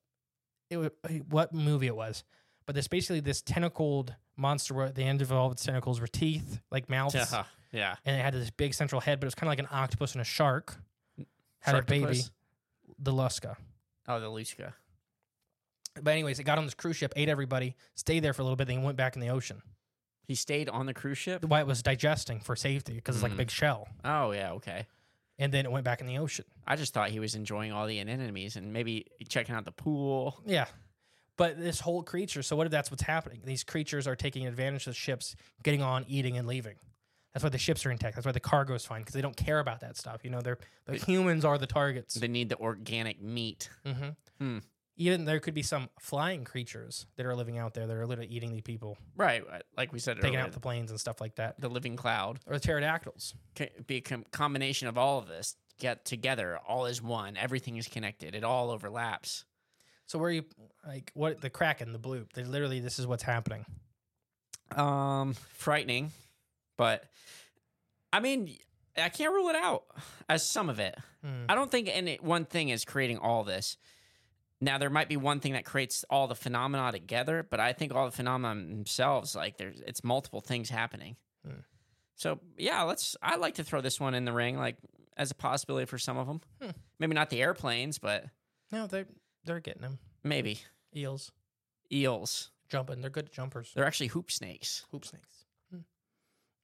it wa- what movie it was, but there's basically this tentacled monster where at the end of all its tentacles were teeth, like mouths,
Yeah.
and it had this big central head, but it was kind of like an octopus and a shark had a baby,
Sharktopus?
the Luska.
Oh, the Luska.
But anyways, it got on this cruise ship, ate everybody, stayed there for a little bit, then went back in the ocean.
He stayed on the cruise ship.
Why it was digesting for safety because it's like a
Mm.
big shell,
Oh yeah, okay.
and then it went back in the ocean.
I just thought he was enjoying all the anemones and maybe checking out the pool.
Yeah, but this whole creature. So what if that's what's happening? These creatures are taking advantage of the ships, getting on, eating, and leaving. That's why the ships are intact. That's why the cargo is fine because they don't care about that stuff. You know, they're the humans are the targets.
They need the organic meat.
hmm
Hmm.
Even there could be some flying creatures that are living out there that are literally eating the people,
Right, right, like we said
taking
earlier,
out the planes and stuff like that,
the living cloud.
or the pterodactyls.
C- Be a com- combination of all of this. Get together, all is one. Everything is connected. It all overlaps.
So where you like what the Kraken, the bloop? They literally this is what's happening.
Um, frightening, but I mean, I can't rule it out as some of it.
Hmm.
I don't think any one thing is creating all this. Now there might be one thing that creates all the phenomena together, but I think all the phenomena themselves, like there's, it's multiple things happening.
Hmm.
So yeah, let's. I like to throw this one in the ring, like as a possibility for some of them.
Hmm.
Maybe not the airplanes, but
No, they're they're getting them.
maybe
Eels
eels.
jumping. They're good jumpers.
They're actually hoop snakes.
Hoop snakes.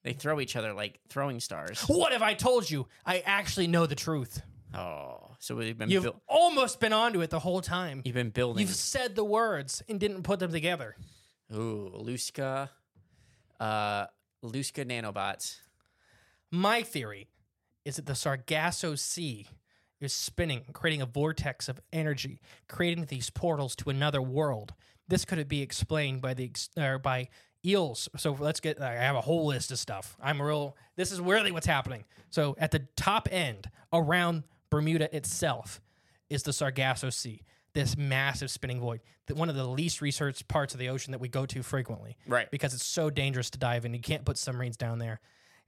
They throw each other like throwing stars.
What have I told you? I actually know the truth.
Oh, so we've been
You've
buil-
almost been onto it the whole time.
you've been building.
You've said the words and didn't put them together.
Ooh, Luska, uh, Luska nanobots.
My theory is that the Sargasso Sea is spinning, creating a vortex of energy, creating these portals to another world. This could be explained by the ex- or by eels. So let's get. I have a whole list of stuff. I'm real. This is really what's happening. So at the top end, around Bermuda itself, is the Sargasso Sea. This massive spinning void, that one of the least researched parts of the ocean that we go to frequently,
Right.
Because it's so dangerous to dive in. You can't put submarines down there.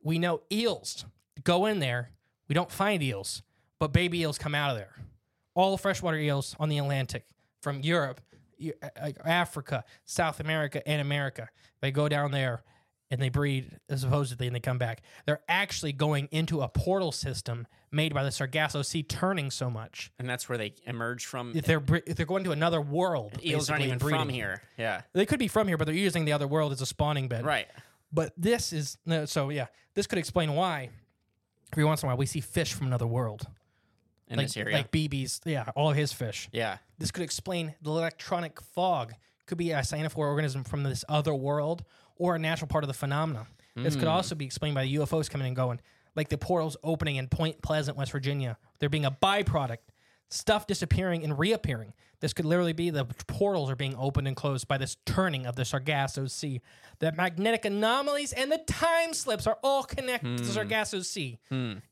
We know eels go in there. We don't find eels, but baby eels come out of there. All freshwater eels on the Atlantic from Europe, E- uh, Africa, South America, and America. They go down there and they breed supposedly and they come back. They're actually going into a portal system made by the Sargasso Sea turning so much.
And that's where they emerge from.
If they're bre- if they're going to another world.
Eels aren't
basically,
even
and
from
breeding.
here. Yeah.
They could be from here, but they're using the other world as a spawning bed.
Right.
But this is no, so yeah. This could explain why every once in a while we see fish from another world,
In
like
this area.
like BB's, yeah, all his fish.
yeah.
This could explain the electronic fog. Could be a cyanophore organism from this other world or a natural part of the phenomena. This could also be explained by UFOs coming and going, like the portals opening in Point Pleasant, West Virginia. There being a byproduct, stuff disappearing and reappearing. This could literally be the portals are being opened and closed by this turning of the Sargasso Sea. The magnetic anomalies and the time slips are all connected to the Sargasso Sea.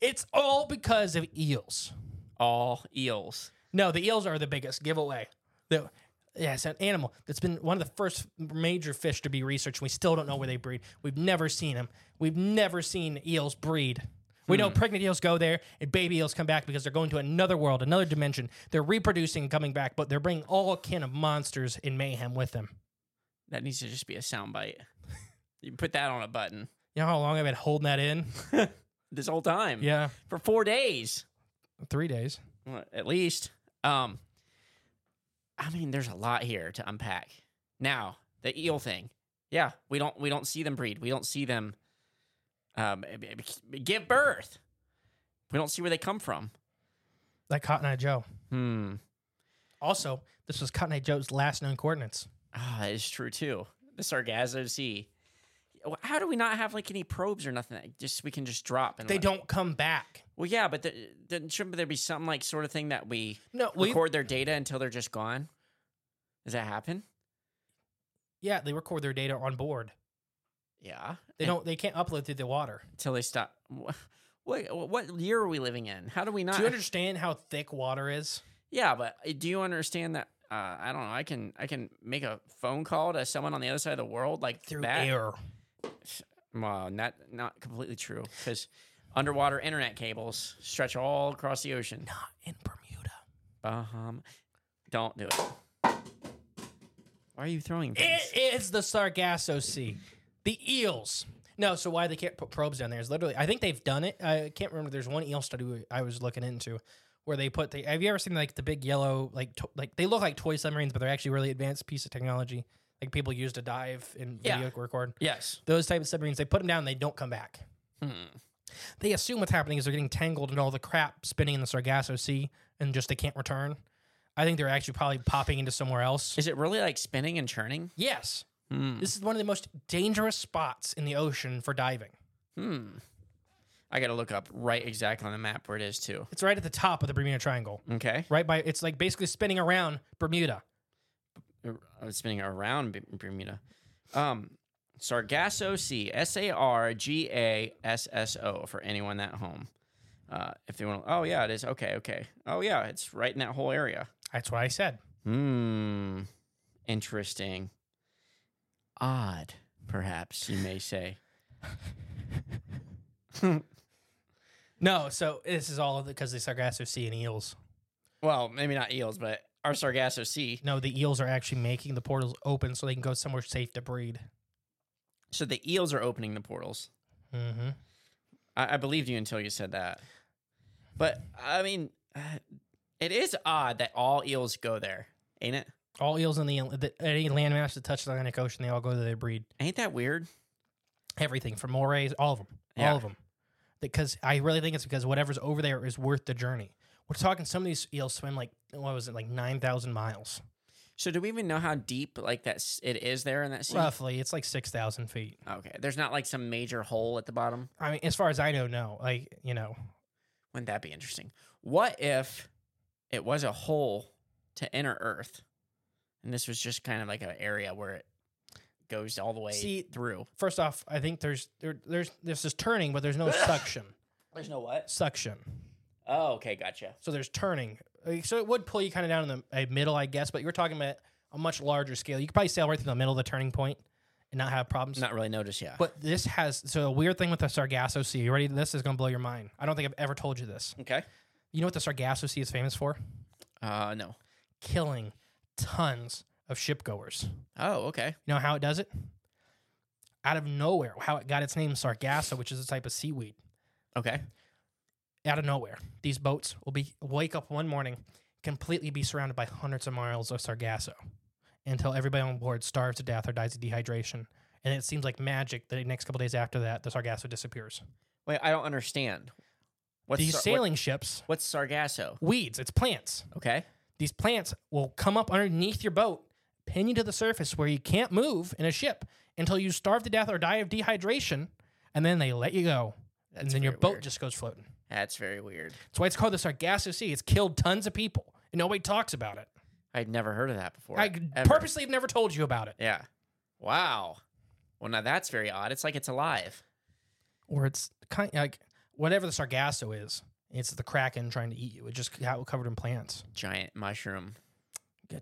It's all because of eels.
All eels.
No, the eels are the biggest giveaway. The, yeah, it's an animal that's been one of the first major fish to be researched. We still don't know where they breed. We've never seen them. We've never seen eels breed. We know pregnant eels go there and baby eels come back because they're going to another world, another dimension. They're reproducing and coming back, but they're bringing all kin of monsters in mayhem with them.
That needs to just be a soundbite. you put that on a button
You know how long I've been holding that in?
this whole time.
yeah,
For four days.
three days.
Well, at least. Um, I mean, there's a lot here to unpack. Now, the eel thing. Yeah, we don't we don't see them breed. We don't see them um, b- b- give birth. We don't see where they come from.
Like Cotton Eye Joe.
Hmm.
Also, this was Cotton Eye Joe's last known coordinates.
Ah, that is true too. The Sargasso Sea. Wh- How do we not have like any probes or nothing? That just we can just drop. And
They
let-
don't come back.
Well, yeah, but the, then shouldn't there be some like sort of thing that we
No, we,
record their data until they're just gone? Does that happen?
yeah, they record their data on board.
Yeah.
They don't. They can't upload through the water.
until they stop. Wha- What what year are we living in? How do we not?
Do you understand how thick water is?
yeah, but uh, do you understand that? Uh, I don't know. I can I can make a phone call to someone on the other side of the world like
Through
that.
air.
Well, not not completely true because underwater internet cables stretch all across the ocean.
Not in Bermuda.
Baham, don't do it. Why are you throwing things?
It is the Sargasso Sea. The eels. No, so why they can't put probes down there is literally. I think they've done it. I can't remember. There's one eel study we- I was looking into where they put the. Have you ever seen like the big yellow like to, like they look like toy submarines, but they're actually really advanced piece of technology. Like people use to dive and
Yeah.
video record.
Yes.
Those type of submarines, they put them down, they don't come back.
Hmm.
they assume what's happening is they're getting tangled in all the crap spinning in the Sargasso Sea and just they can't return. I think they're actually probably popping into somewhere else.
Is it really like spinning and churning?
Yes.
Hmm.
This is one of the most dangerous spots in the ocean for diving.
Hmm. I got to look up right exactly on the map where it is too.
It's right at the top of the Bermuda Triangle.
Okay.
Right by it's like basically spinning around Bermuda.
ar- uh, spinning around B- Bermuda. Um, Sargasso Sea, S A R G A S S O for anyone at home. Uh, if they want, oh yeah, it is. Okay, okay. Oh yeah, it's right in that whole area.
That's what I said.
Hmm, interesting. Odd, perhaps you may say.
No, so this is all because the Sargasso Sea and eels.
Well, maybe not eels, but our Sargasso Sea.
No, the eels are actually making the portals open so they can go somewhere safe to breed.
So the eels are opening the portals.
Mm-hmm.
I, I believed you until you said that. But I mean, uh, it is odd that all eels go there, ain't it?
All eels in the, the any landmass that touch the Atlantic Ocean, they all go to their breed.
Ain't that weird?
Everything from morays, all of them,
Yeah.
all of them. Because I really think it's because whatever's over there is worth the journey. We're talking some of these eels swim like what was it like nine thousand miles
So do we even know how deep like that s- it is there in that sea?
roughly. It's like six thousand feet.
Okay, there's not like some major hole at the bottom.
I mean, as far as I know, no. Like you know,
Wouldn't that be interesting? What if it was a hole to enter Earth, and this was just kind of like an area where it goes all the way
See-
through?
first off, I think there's there, there's there's this turning, but there's no suction.
There's no what?
Suction.
Oh, okay, gotcha.
So there's turning. Like, So it would pull you kind of down in the uh, middle, I guess. But you're talking about a much larger scale. You could probably sail right through the middle of the turning point and not have problems.
Not really noticed yet.
But this has so a weird thing with the Sargasso Sea. You ready? This is gonna blow your mind. I don't think I've ever told you this.
Okay.
You know what the Sargasso Sea is famous for?
Uh, no.
Killing tons of shipgoers.
Oh, okay.
You know how it does it? Out of nowhere, how it got its name Sargasso, which is a type of seaweed.
Okay.
Out of nowhere, these boats will be wake up one morning, completely be surrounded by hundreds of miles of Sargasso, until everybody on board starves to death or dies of dehydration. And it seems like magic. The next couple days after that, the Sargasso disappears.
Wait, I don't understand. What's
these
sar- what-
sailing ships,
What's Sargasso?
weeds, it's plants.
Okay.
These plants will come up underneath your boat, pin you to the surface where you can't move in a ship until you starve to death or die of dehydration, and then they let you go. and
That's
then your
very
boat
weird.
just goes floating.
That's very weird.
That's why it's called the Sargasso Sea. It's killed tons of people, and nobody talks about it.
I'd never heard of that before.
I
ever.
purposely have never told you about it.
Yeah. Wow. Well, now that's very odd. It's like it's alive.
Or it's kind like whatever the Sargasso is, it's the Kraken trying to eat you. It's just how covered in plants,
Giant mushroom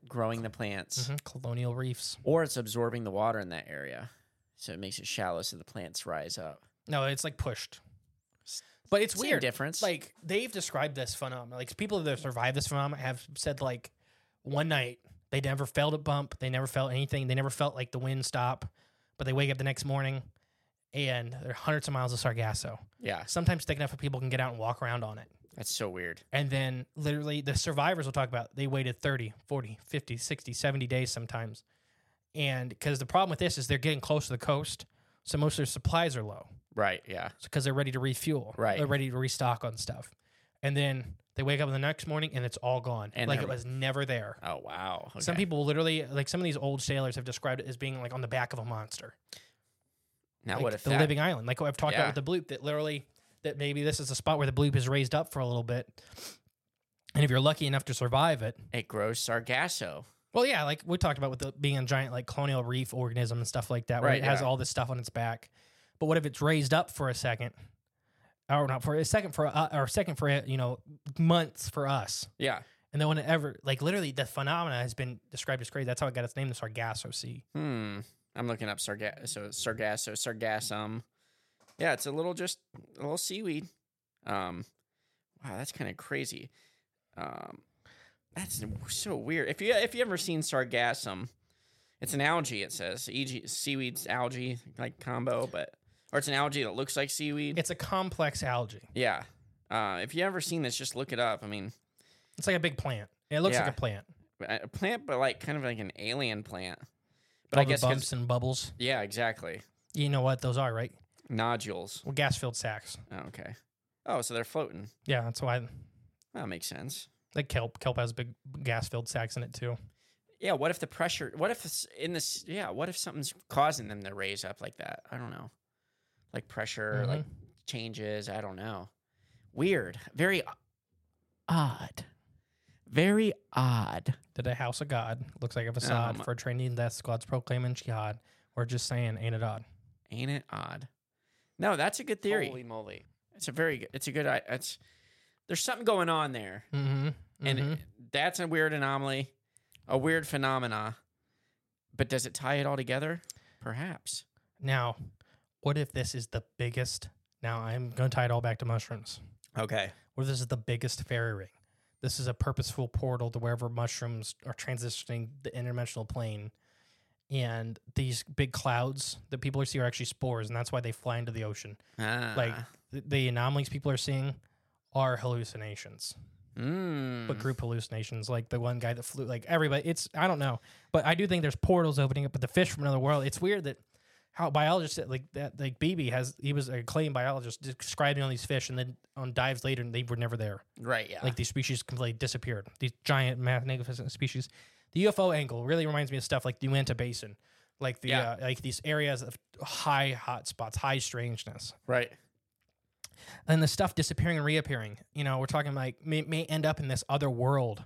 growing the plants,
Mhm, colonial reefs.
or it's absorbing the water in that area, so it makes it shallow, so the plants rise up.
No, it's like pushed. But it's
Same
weird.
difference.
Like they've described this phenomenon. Like people that have survived this phenomenon have said like one night they never felt a bump, they never felt anything, they never felt like the wind stop, but they wake up the next morning and there are hundreds of miles of Sargasso.
Yeah,
Sometimes thick enough that people can get out and walk around on it.
that's so weird.
And then literally the survivors will talk about they waited 30, 40, 50, 60, 70 days sometimes. And because the problem with this is they're getting close to the coast, so most of their supplies are low
Right? Yeah.
because they're ready to refuel.
Right.
They're ready to restock on stuff. And then they wake up the next morning and it's all gone.
And
like
they're-
it was never there.
Oh wow.
Some
Okay.
people literally, like some of these old sailors have described it as being like on the back of a monster.
Now
like
what if
the
that-
living island? Like what I've talked
Yeah.
about with the bloop that literally, that maybe this is a spot where the bloop is raised up for a little bit. And if you're lucky enough to survive it,
it grows Sargasso?
well, yeah, like we talked about with the, being a giant like colonial reef organism and stuff like that, where
Right,
it has
yeah.
all this stuff on its back. But what if it's raised up for a second, or not for a second for uh, or a second for uh, you know months for us,
Yeah.
and then whenever like literally the phenomena has been described as crazy. That's how it got its name, the Sargasso Sea.
Hmm. I'm looking up Sargasso, Sargasso, Sargassum. Yeah, it's a little just a little seaweed. Um, wow, that's kind of crazy. Um, that's so weird. If you if you ever seen Sargassum, it's an algae. It says e.g. seaweed's algae like combo, but or it's an algae that looks like seaweed.
It's a complex algae.
yeah. Uh, if you ever seen this, just look it up. I mean,
It's like a big plant. It looks
Yeah.
like a plant.
a plant, but like kind of like an alien plant. But
All
I guess
the
'cause-
bumps and bubbles.
yeah, exactly.
You know what those are, right?
Nodules.
Well, gas filled sacks.
Oh, okay. Oh, so they're floating.
Yeah, that's why.
That makes sense.
Like kelp. Kelp has big gas filled sacks in it too.
Yeah. What if the pressure? What if it's in this? Yeah. What if something's causing them to raise up like that? I don't know. Like pressure, like changes. I don't know. Weird. Very o- odd. Very odd.
Did a house of God looks like a facade
Oh, my-
for a training death squads proclaiming jihad or just saying ain't it odd?
Ain't it odd? No, that's a good theory. Holy moly! It's a very. good It's a good. i- It's there's something going on there.
Mm-hmm.
and it- that's a weird anomaly, a weird phenomena. But does it tie it all together? Perhaps.
now, what if this is the biggest? Now I'm going to tie it all back to mushrooms.
Okay.
Where this is the biggest fairy ring. This is a purposeful portal to wherever mushrooms are transitioning the interdimensional plane. And these big clouds that people are seeing are actually spores, and that's why they fly into the ocean. Like
Ah.
th- the anomalies people are seeing are hallucinations
Mm.
but group hallucinations, like the one guy that flew, like everybody. It's I don't know, but I do think there's portals opening up. But the fish from another world. It's weird that how biologists like that, like BB has he was a acclaimed biologist describing all these fish, and then on dives later, and they were never there.
Right. Yeah.
Like these species completely disappeared. These giant, magnificent species. The UFO angle really reminds me of stuff like the Uinta Basin, like the
Yeah.
uh, like these areas of high hot spots, high strangeness
right.
and the stuff disappearing and reappearing. You know, we're talking like may, may end up in this other world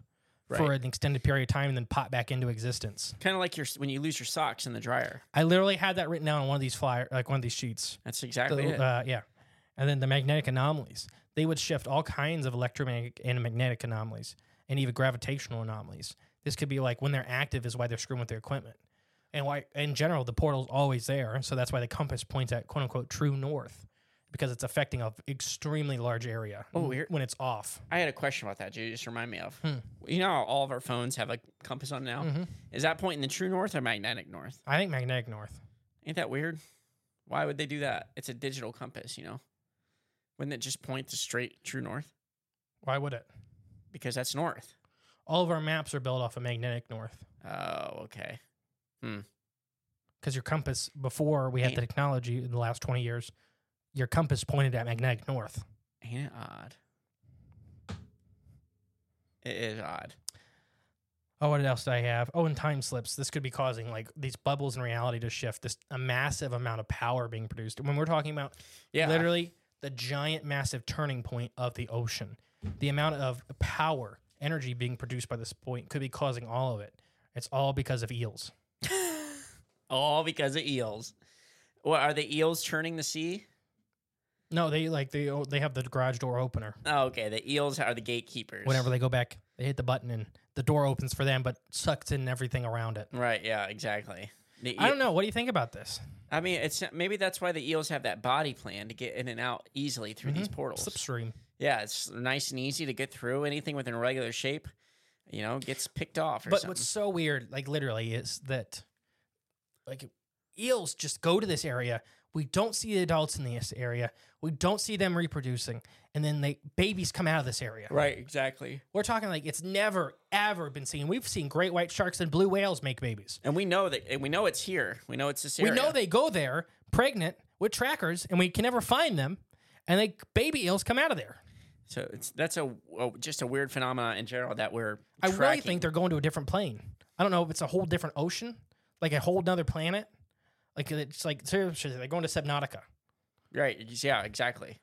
for
Right.
an extended period of time and then pop back into existence.
Kind of like your when you lose your socks in the dryer.
I literally had that written down on one of these flyer, like one of these sheets.
That's
The-
exactly it.
uh, yeah, and then the magnetic anomalies. They would shift all kinds of electromagnetic and magnetic anomalies, and even gravitational anomalies. This could be like when they're active is why they're screwing with their equipment, and why in general the portal's always there. So that's why the compass points at quote unquote true north, because it's affecting an extremely large area.
Oh, here-
when it's off.
I had a question about that. You just remind me of.
Hmm.
You know, how all of our phones have a compass on now.
Mhm.
Is that pointing the true north or magnetic north?
I think magnetic north.
Ain't that weird? Why would they do that? It's a digital compass. You know, wouldn't it just point to straight true north?
Why would it?
Because that's north.
All of our maps are built off of magnetic north
Oh, okay.
because your compass before we had the technology in the last 20 years, your compass pointed at magnetic north.
Ain't it odd? It is odd.
Oh, what else do I have? Oh, and time slips. This could be causing like these bubbles in reality to shift. This a massive amount of power being produced. When we're talking about
Yeah.
literally the giant massive turning point of the ocean. The amount of power, energy being produced by this point could be causing all of it. It's all because of eels.
All because of eels. What are the eels churning the sea?
No, they like they oh, they have the garage door opener.
Oh, okay, the eels are the gatekeepers.
whenever they go back, they hit the button and the door opens for them, but sucks in everything around it.
Right. Yeah. Exactly. The
I
eel-
don't know. What do you think about this?
I mean, it's maybe that's why the eels have that body plan to get in and out easily through
Mm-hmm.
these portals.
Slipstream.
Yeah, it's nice and easy to get through. Anything within regular shape, you know, gets picked off or
But
something.
what's so weird, like literally, is that like eels just go to this area. We don't see the adults in this area. We don't see them reproducing, and then they babies come out of this area.
right. Exactly.
We're talking like it's never ever been seen. We've seen great white sharks and blue whales make babies.
And we know that. And we know it's here. We know it's this
We
area.
know they go there pregnant with trackers, and we can never find them. And like baby eels come out of there.
So it's that's a, a just a weird phenomenon in general that we're.
I really
tracking.
think they're going to a different plane. I don't know if it's a whole different ocean, like a whole nother planet. Like it's like seriously, they're going to Subnautica.
Right. it's- Yeah. Exactly.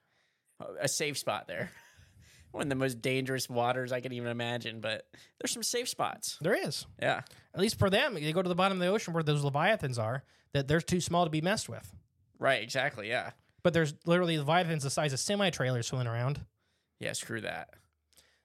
A- A safe spot there. One of the most dangerous waters I can even imagine, but there's some safe spots.
There is,
Yeah.
at least for them, they go to the bottom of the ocean where those leviathans are. That they're too small to be messed with.
Right. Exactly. Yeah.
But there's literally leviathans the size of semi trailers swimming around.
Yeah. Screw that.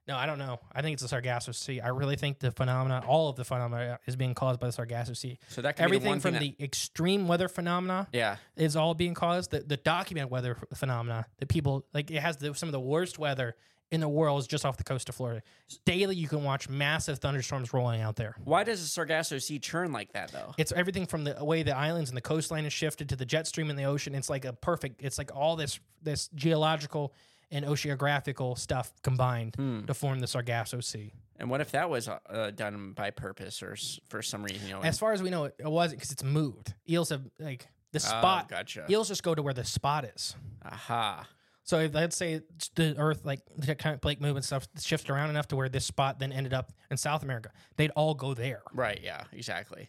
No, I don't know. I think it's the Sargasso Sea. I really think the phenomena, all of the phenomena, is being caused by the Sargasso Sea.
So that could be the
everything
one
from
thing
the extreme weather phenomena
Yeah.
is all being caused the, the document weather ph- phenomena that people like it has the, some of the worst weather in the world is just off the coast of florida daily you can watch massive thunderstorms rolling out there
Why does the Sargasso Sea churn like that though?
it's everything from the way the islands and the coastline is shifted to the jet stream in the ocean it's like a perfect it's like all this this geological and oceanographical stuff combined to form the sargasso sea
Hmm. And what if that was uh, uh, done by purpose or s- for some reason? You know,
as far as we know it, it wasn't because it's moved eels have like the
Oh,
spot
gotcha.
eels just go to where the spot is
aha,
So if, let's say it's the Earth, like the tectonic plate movement stuff, shifts around enough to where this spot then ended up in South America. They'd all go there.
right, yeah, exactly.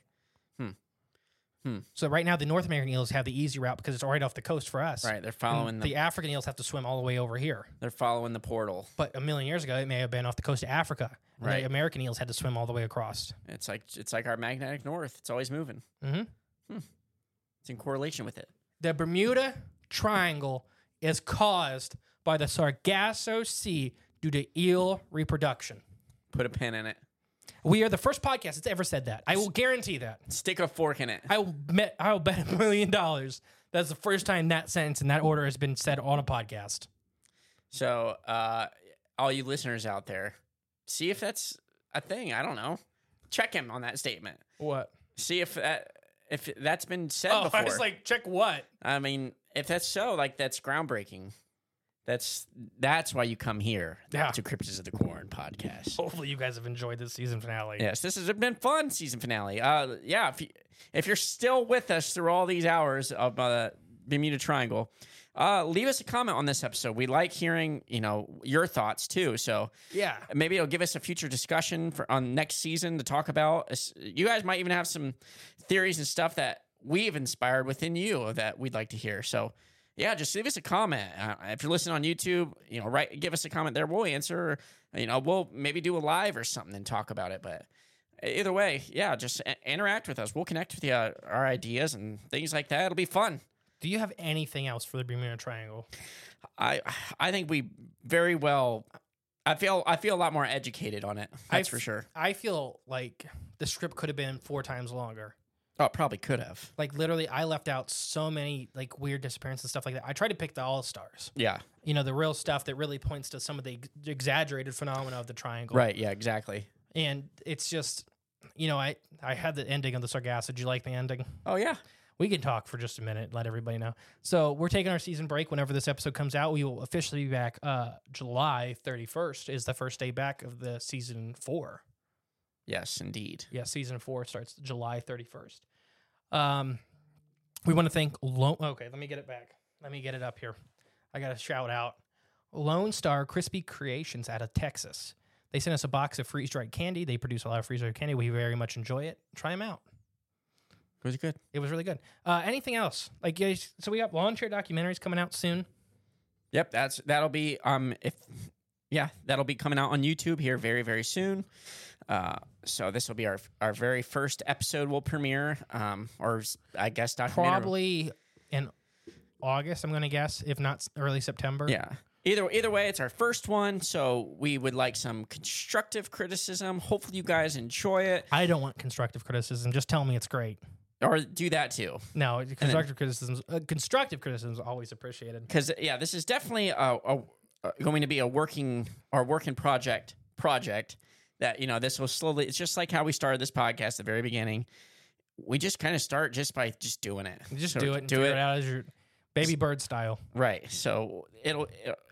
So right now, the North American eels have the easy route because it's right off the coast for us.
Right, they're
And
following
the,
the,
African eels have to swim all the way over here.
they're following the portal.
But a million years ago, it may have been off the coast of Africa. and
Right.
The American eels had to swim all the way across.
It's like it's like our magnetic north. It's always moving.
hmm
It's in correlation with it.
The Bermuda Triangle is caused by the Sargasso Sea due to eel reproduction.
Put a pin in it.
We are the first podcast that's ever said that. I will guarantee that.
Stick a fork in it.
I will bet I will bet a million dollars. That's the first time that sentence in that order has been said on a podcast.
So, uh, all you listeners out there, see if that's a thing. I don't know. Check him on that statement.
What?
See if that if that's been said
Oh,
before.
I was like, check what?
I mean, if that's so, like that's groundbreaking. That's that's why you come here
Yeah.
to Cryptids of the Corn podcast.
Hopefully, you guys have enjoyed this season finale.
Yes, this has been fun season finale. Uh, yeah, if you, if you're still with us through all these hours of uh, Bermuda Triangle, uh, leave us a comment on this episode. We like hearing you know your thoughts too. So
Yeah.
maybe it'll give us a future discussion for on next season to talk about. It's- You guys might even have some theories and stuff that we've inspired within you that we'd like to hear. So yeah, just leave us a comment. Uh, if you're listening on YouTube, you know, write give us a comment there. We'll answer. Or, you know, we'll maybe do a live or something and talk about it. But either way, yeah, just a- interact with us. We'll connect with you, uh, our ideas and things like that. It'll be fun.
Do you have anything else for the Bermuda Triangle?
I I think we very well. I feel I feel a lot more educated on it.
I
That's for
f-
sure.
I feel like the script could have been four times longer.
Oh, it probably could have.
Like literally, I left out so many like weird disappearances and stuff like that. I tried to pick the all stars.
Yeah.
You know, the real stuff that really points to some of the ex- exaggerated phenomena of the triangle.
Right. Yeah. Exactly.
And it's just, you know, I I had the ending of the Sargasso. Did you like the ending?
Oh yeah.
We can talk for just a minute. Let everybody know. So we're taking our season break. Whenever this episode comes out, we will officially be back. Uh, July thirty first is the first day back of the season four.
Yes, indeed.
Yeah, season four starts July 31st. Um, we want to thank Lone. Okay, let me get it back. Let me get it up here. I got to shout out Lone Star Crispy Creations out of Texas. They sent us a box of freeze dried candy. They produce a lot of freeze dried candy. We very much enjoy it. Try them out.
It was good.
It was really good. Uh, anything else? Like, yeah, so we got lawn chair documentaries coming out soon.
Yep, that's that'll be um if yeah, that'll be coming out on YouTube here very very soon. Uh, so this will be our our very first episode we'll premiere um or s- I guess documentary.
Probably in August, I'm going to guess, if not s- early September.
Yeah. Either either way, it's our first one, so we would like some constructive criticism. Hopefully you guys enjoy it
I don't want constructive criticism. Just tell me it's great.
or do that too.
No, constructive criticisms. Uh, constructive criticism is always appreciated.
Cuz yeah, this is definitely a, a, a going to be a working our working project project that you know this will slowly it's just like how we started this podcast at the very beginning. We just kind of start just by just doing it.
You Just
So
do it. And figure it. out as your baby bird style.
Right. So it'll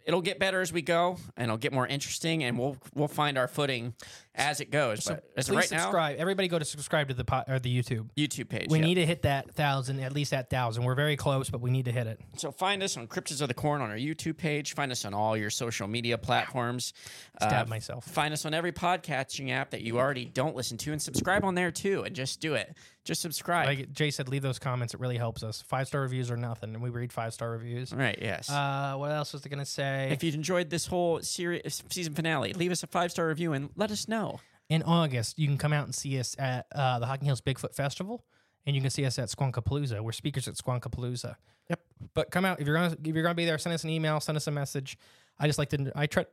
it'll get better as we go, and it'll get more interesting, and we'll we'll find our footing as it goes.
So
but
please
as of right now,
subscribe. Everybody go to subscribe to the po- or the YouTube.
YouTube page.
We
yeah.
need to hit that thousand, at least that thousand. We're very close, but we need to hit it.
So find us on Cryptids of the Corn on our YouTube page. Find us on all your social media platforms. Uh,
Stab myself.
Find us on every podcasting app that you already don't listen to, and subscribe on there too. And just do it. Just subscribe.
Like Jay said, leave those comments. It really helps us. Five star reviews are nothing, and we read five star reviews.
right. Yes.
Uh, what else was I gonna say?
if you enjoyed this whole series season finale, leave us a five star review and let us know.
in August, you can come out and see us at uh, the Hocking Hills Bigfoot Festival, and you can see us at Squonkapalooza. We're speakers at Squonkapalooza. Yep. But come out if you're gonna if you're gonna be there. Send us an email. Send us a message. I just like to I try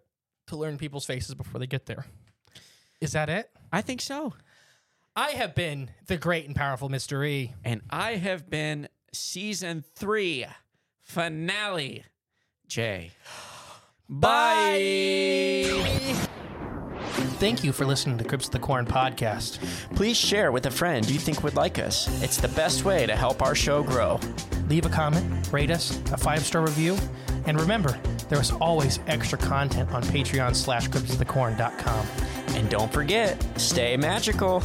to learn people's faces before they get there. Is that it?
I think so.
I have been the great and powerful Mr. E.
And I have been season three finale, Jay. Bye.
Thank you for listening to Crips of the Corn podcast.
Please share with a friend you think would like us. It's the best way to help our show grow.
Leave a comment, rate us, a five star review, and remember, there is always extra content on Patreon slash CripsOfTheCorn.com.
And don't forget, stay magical.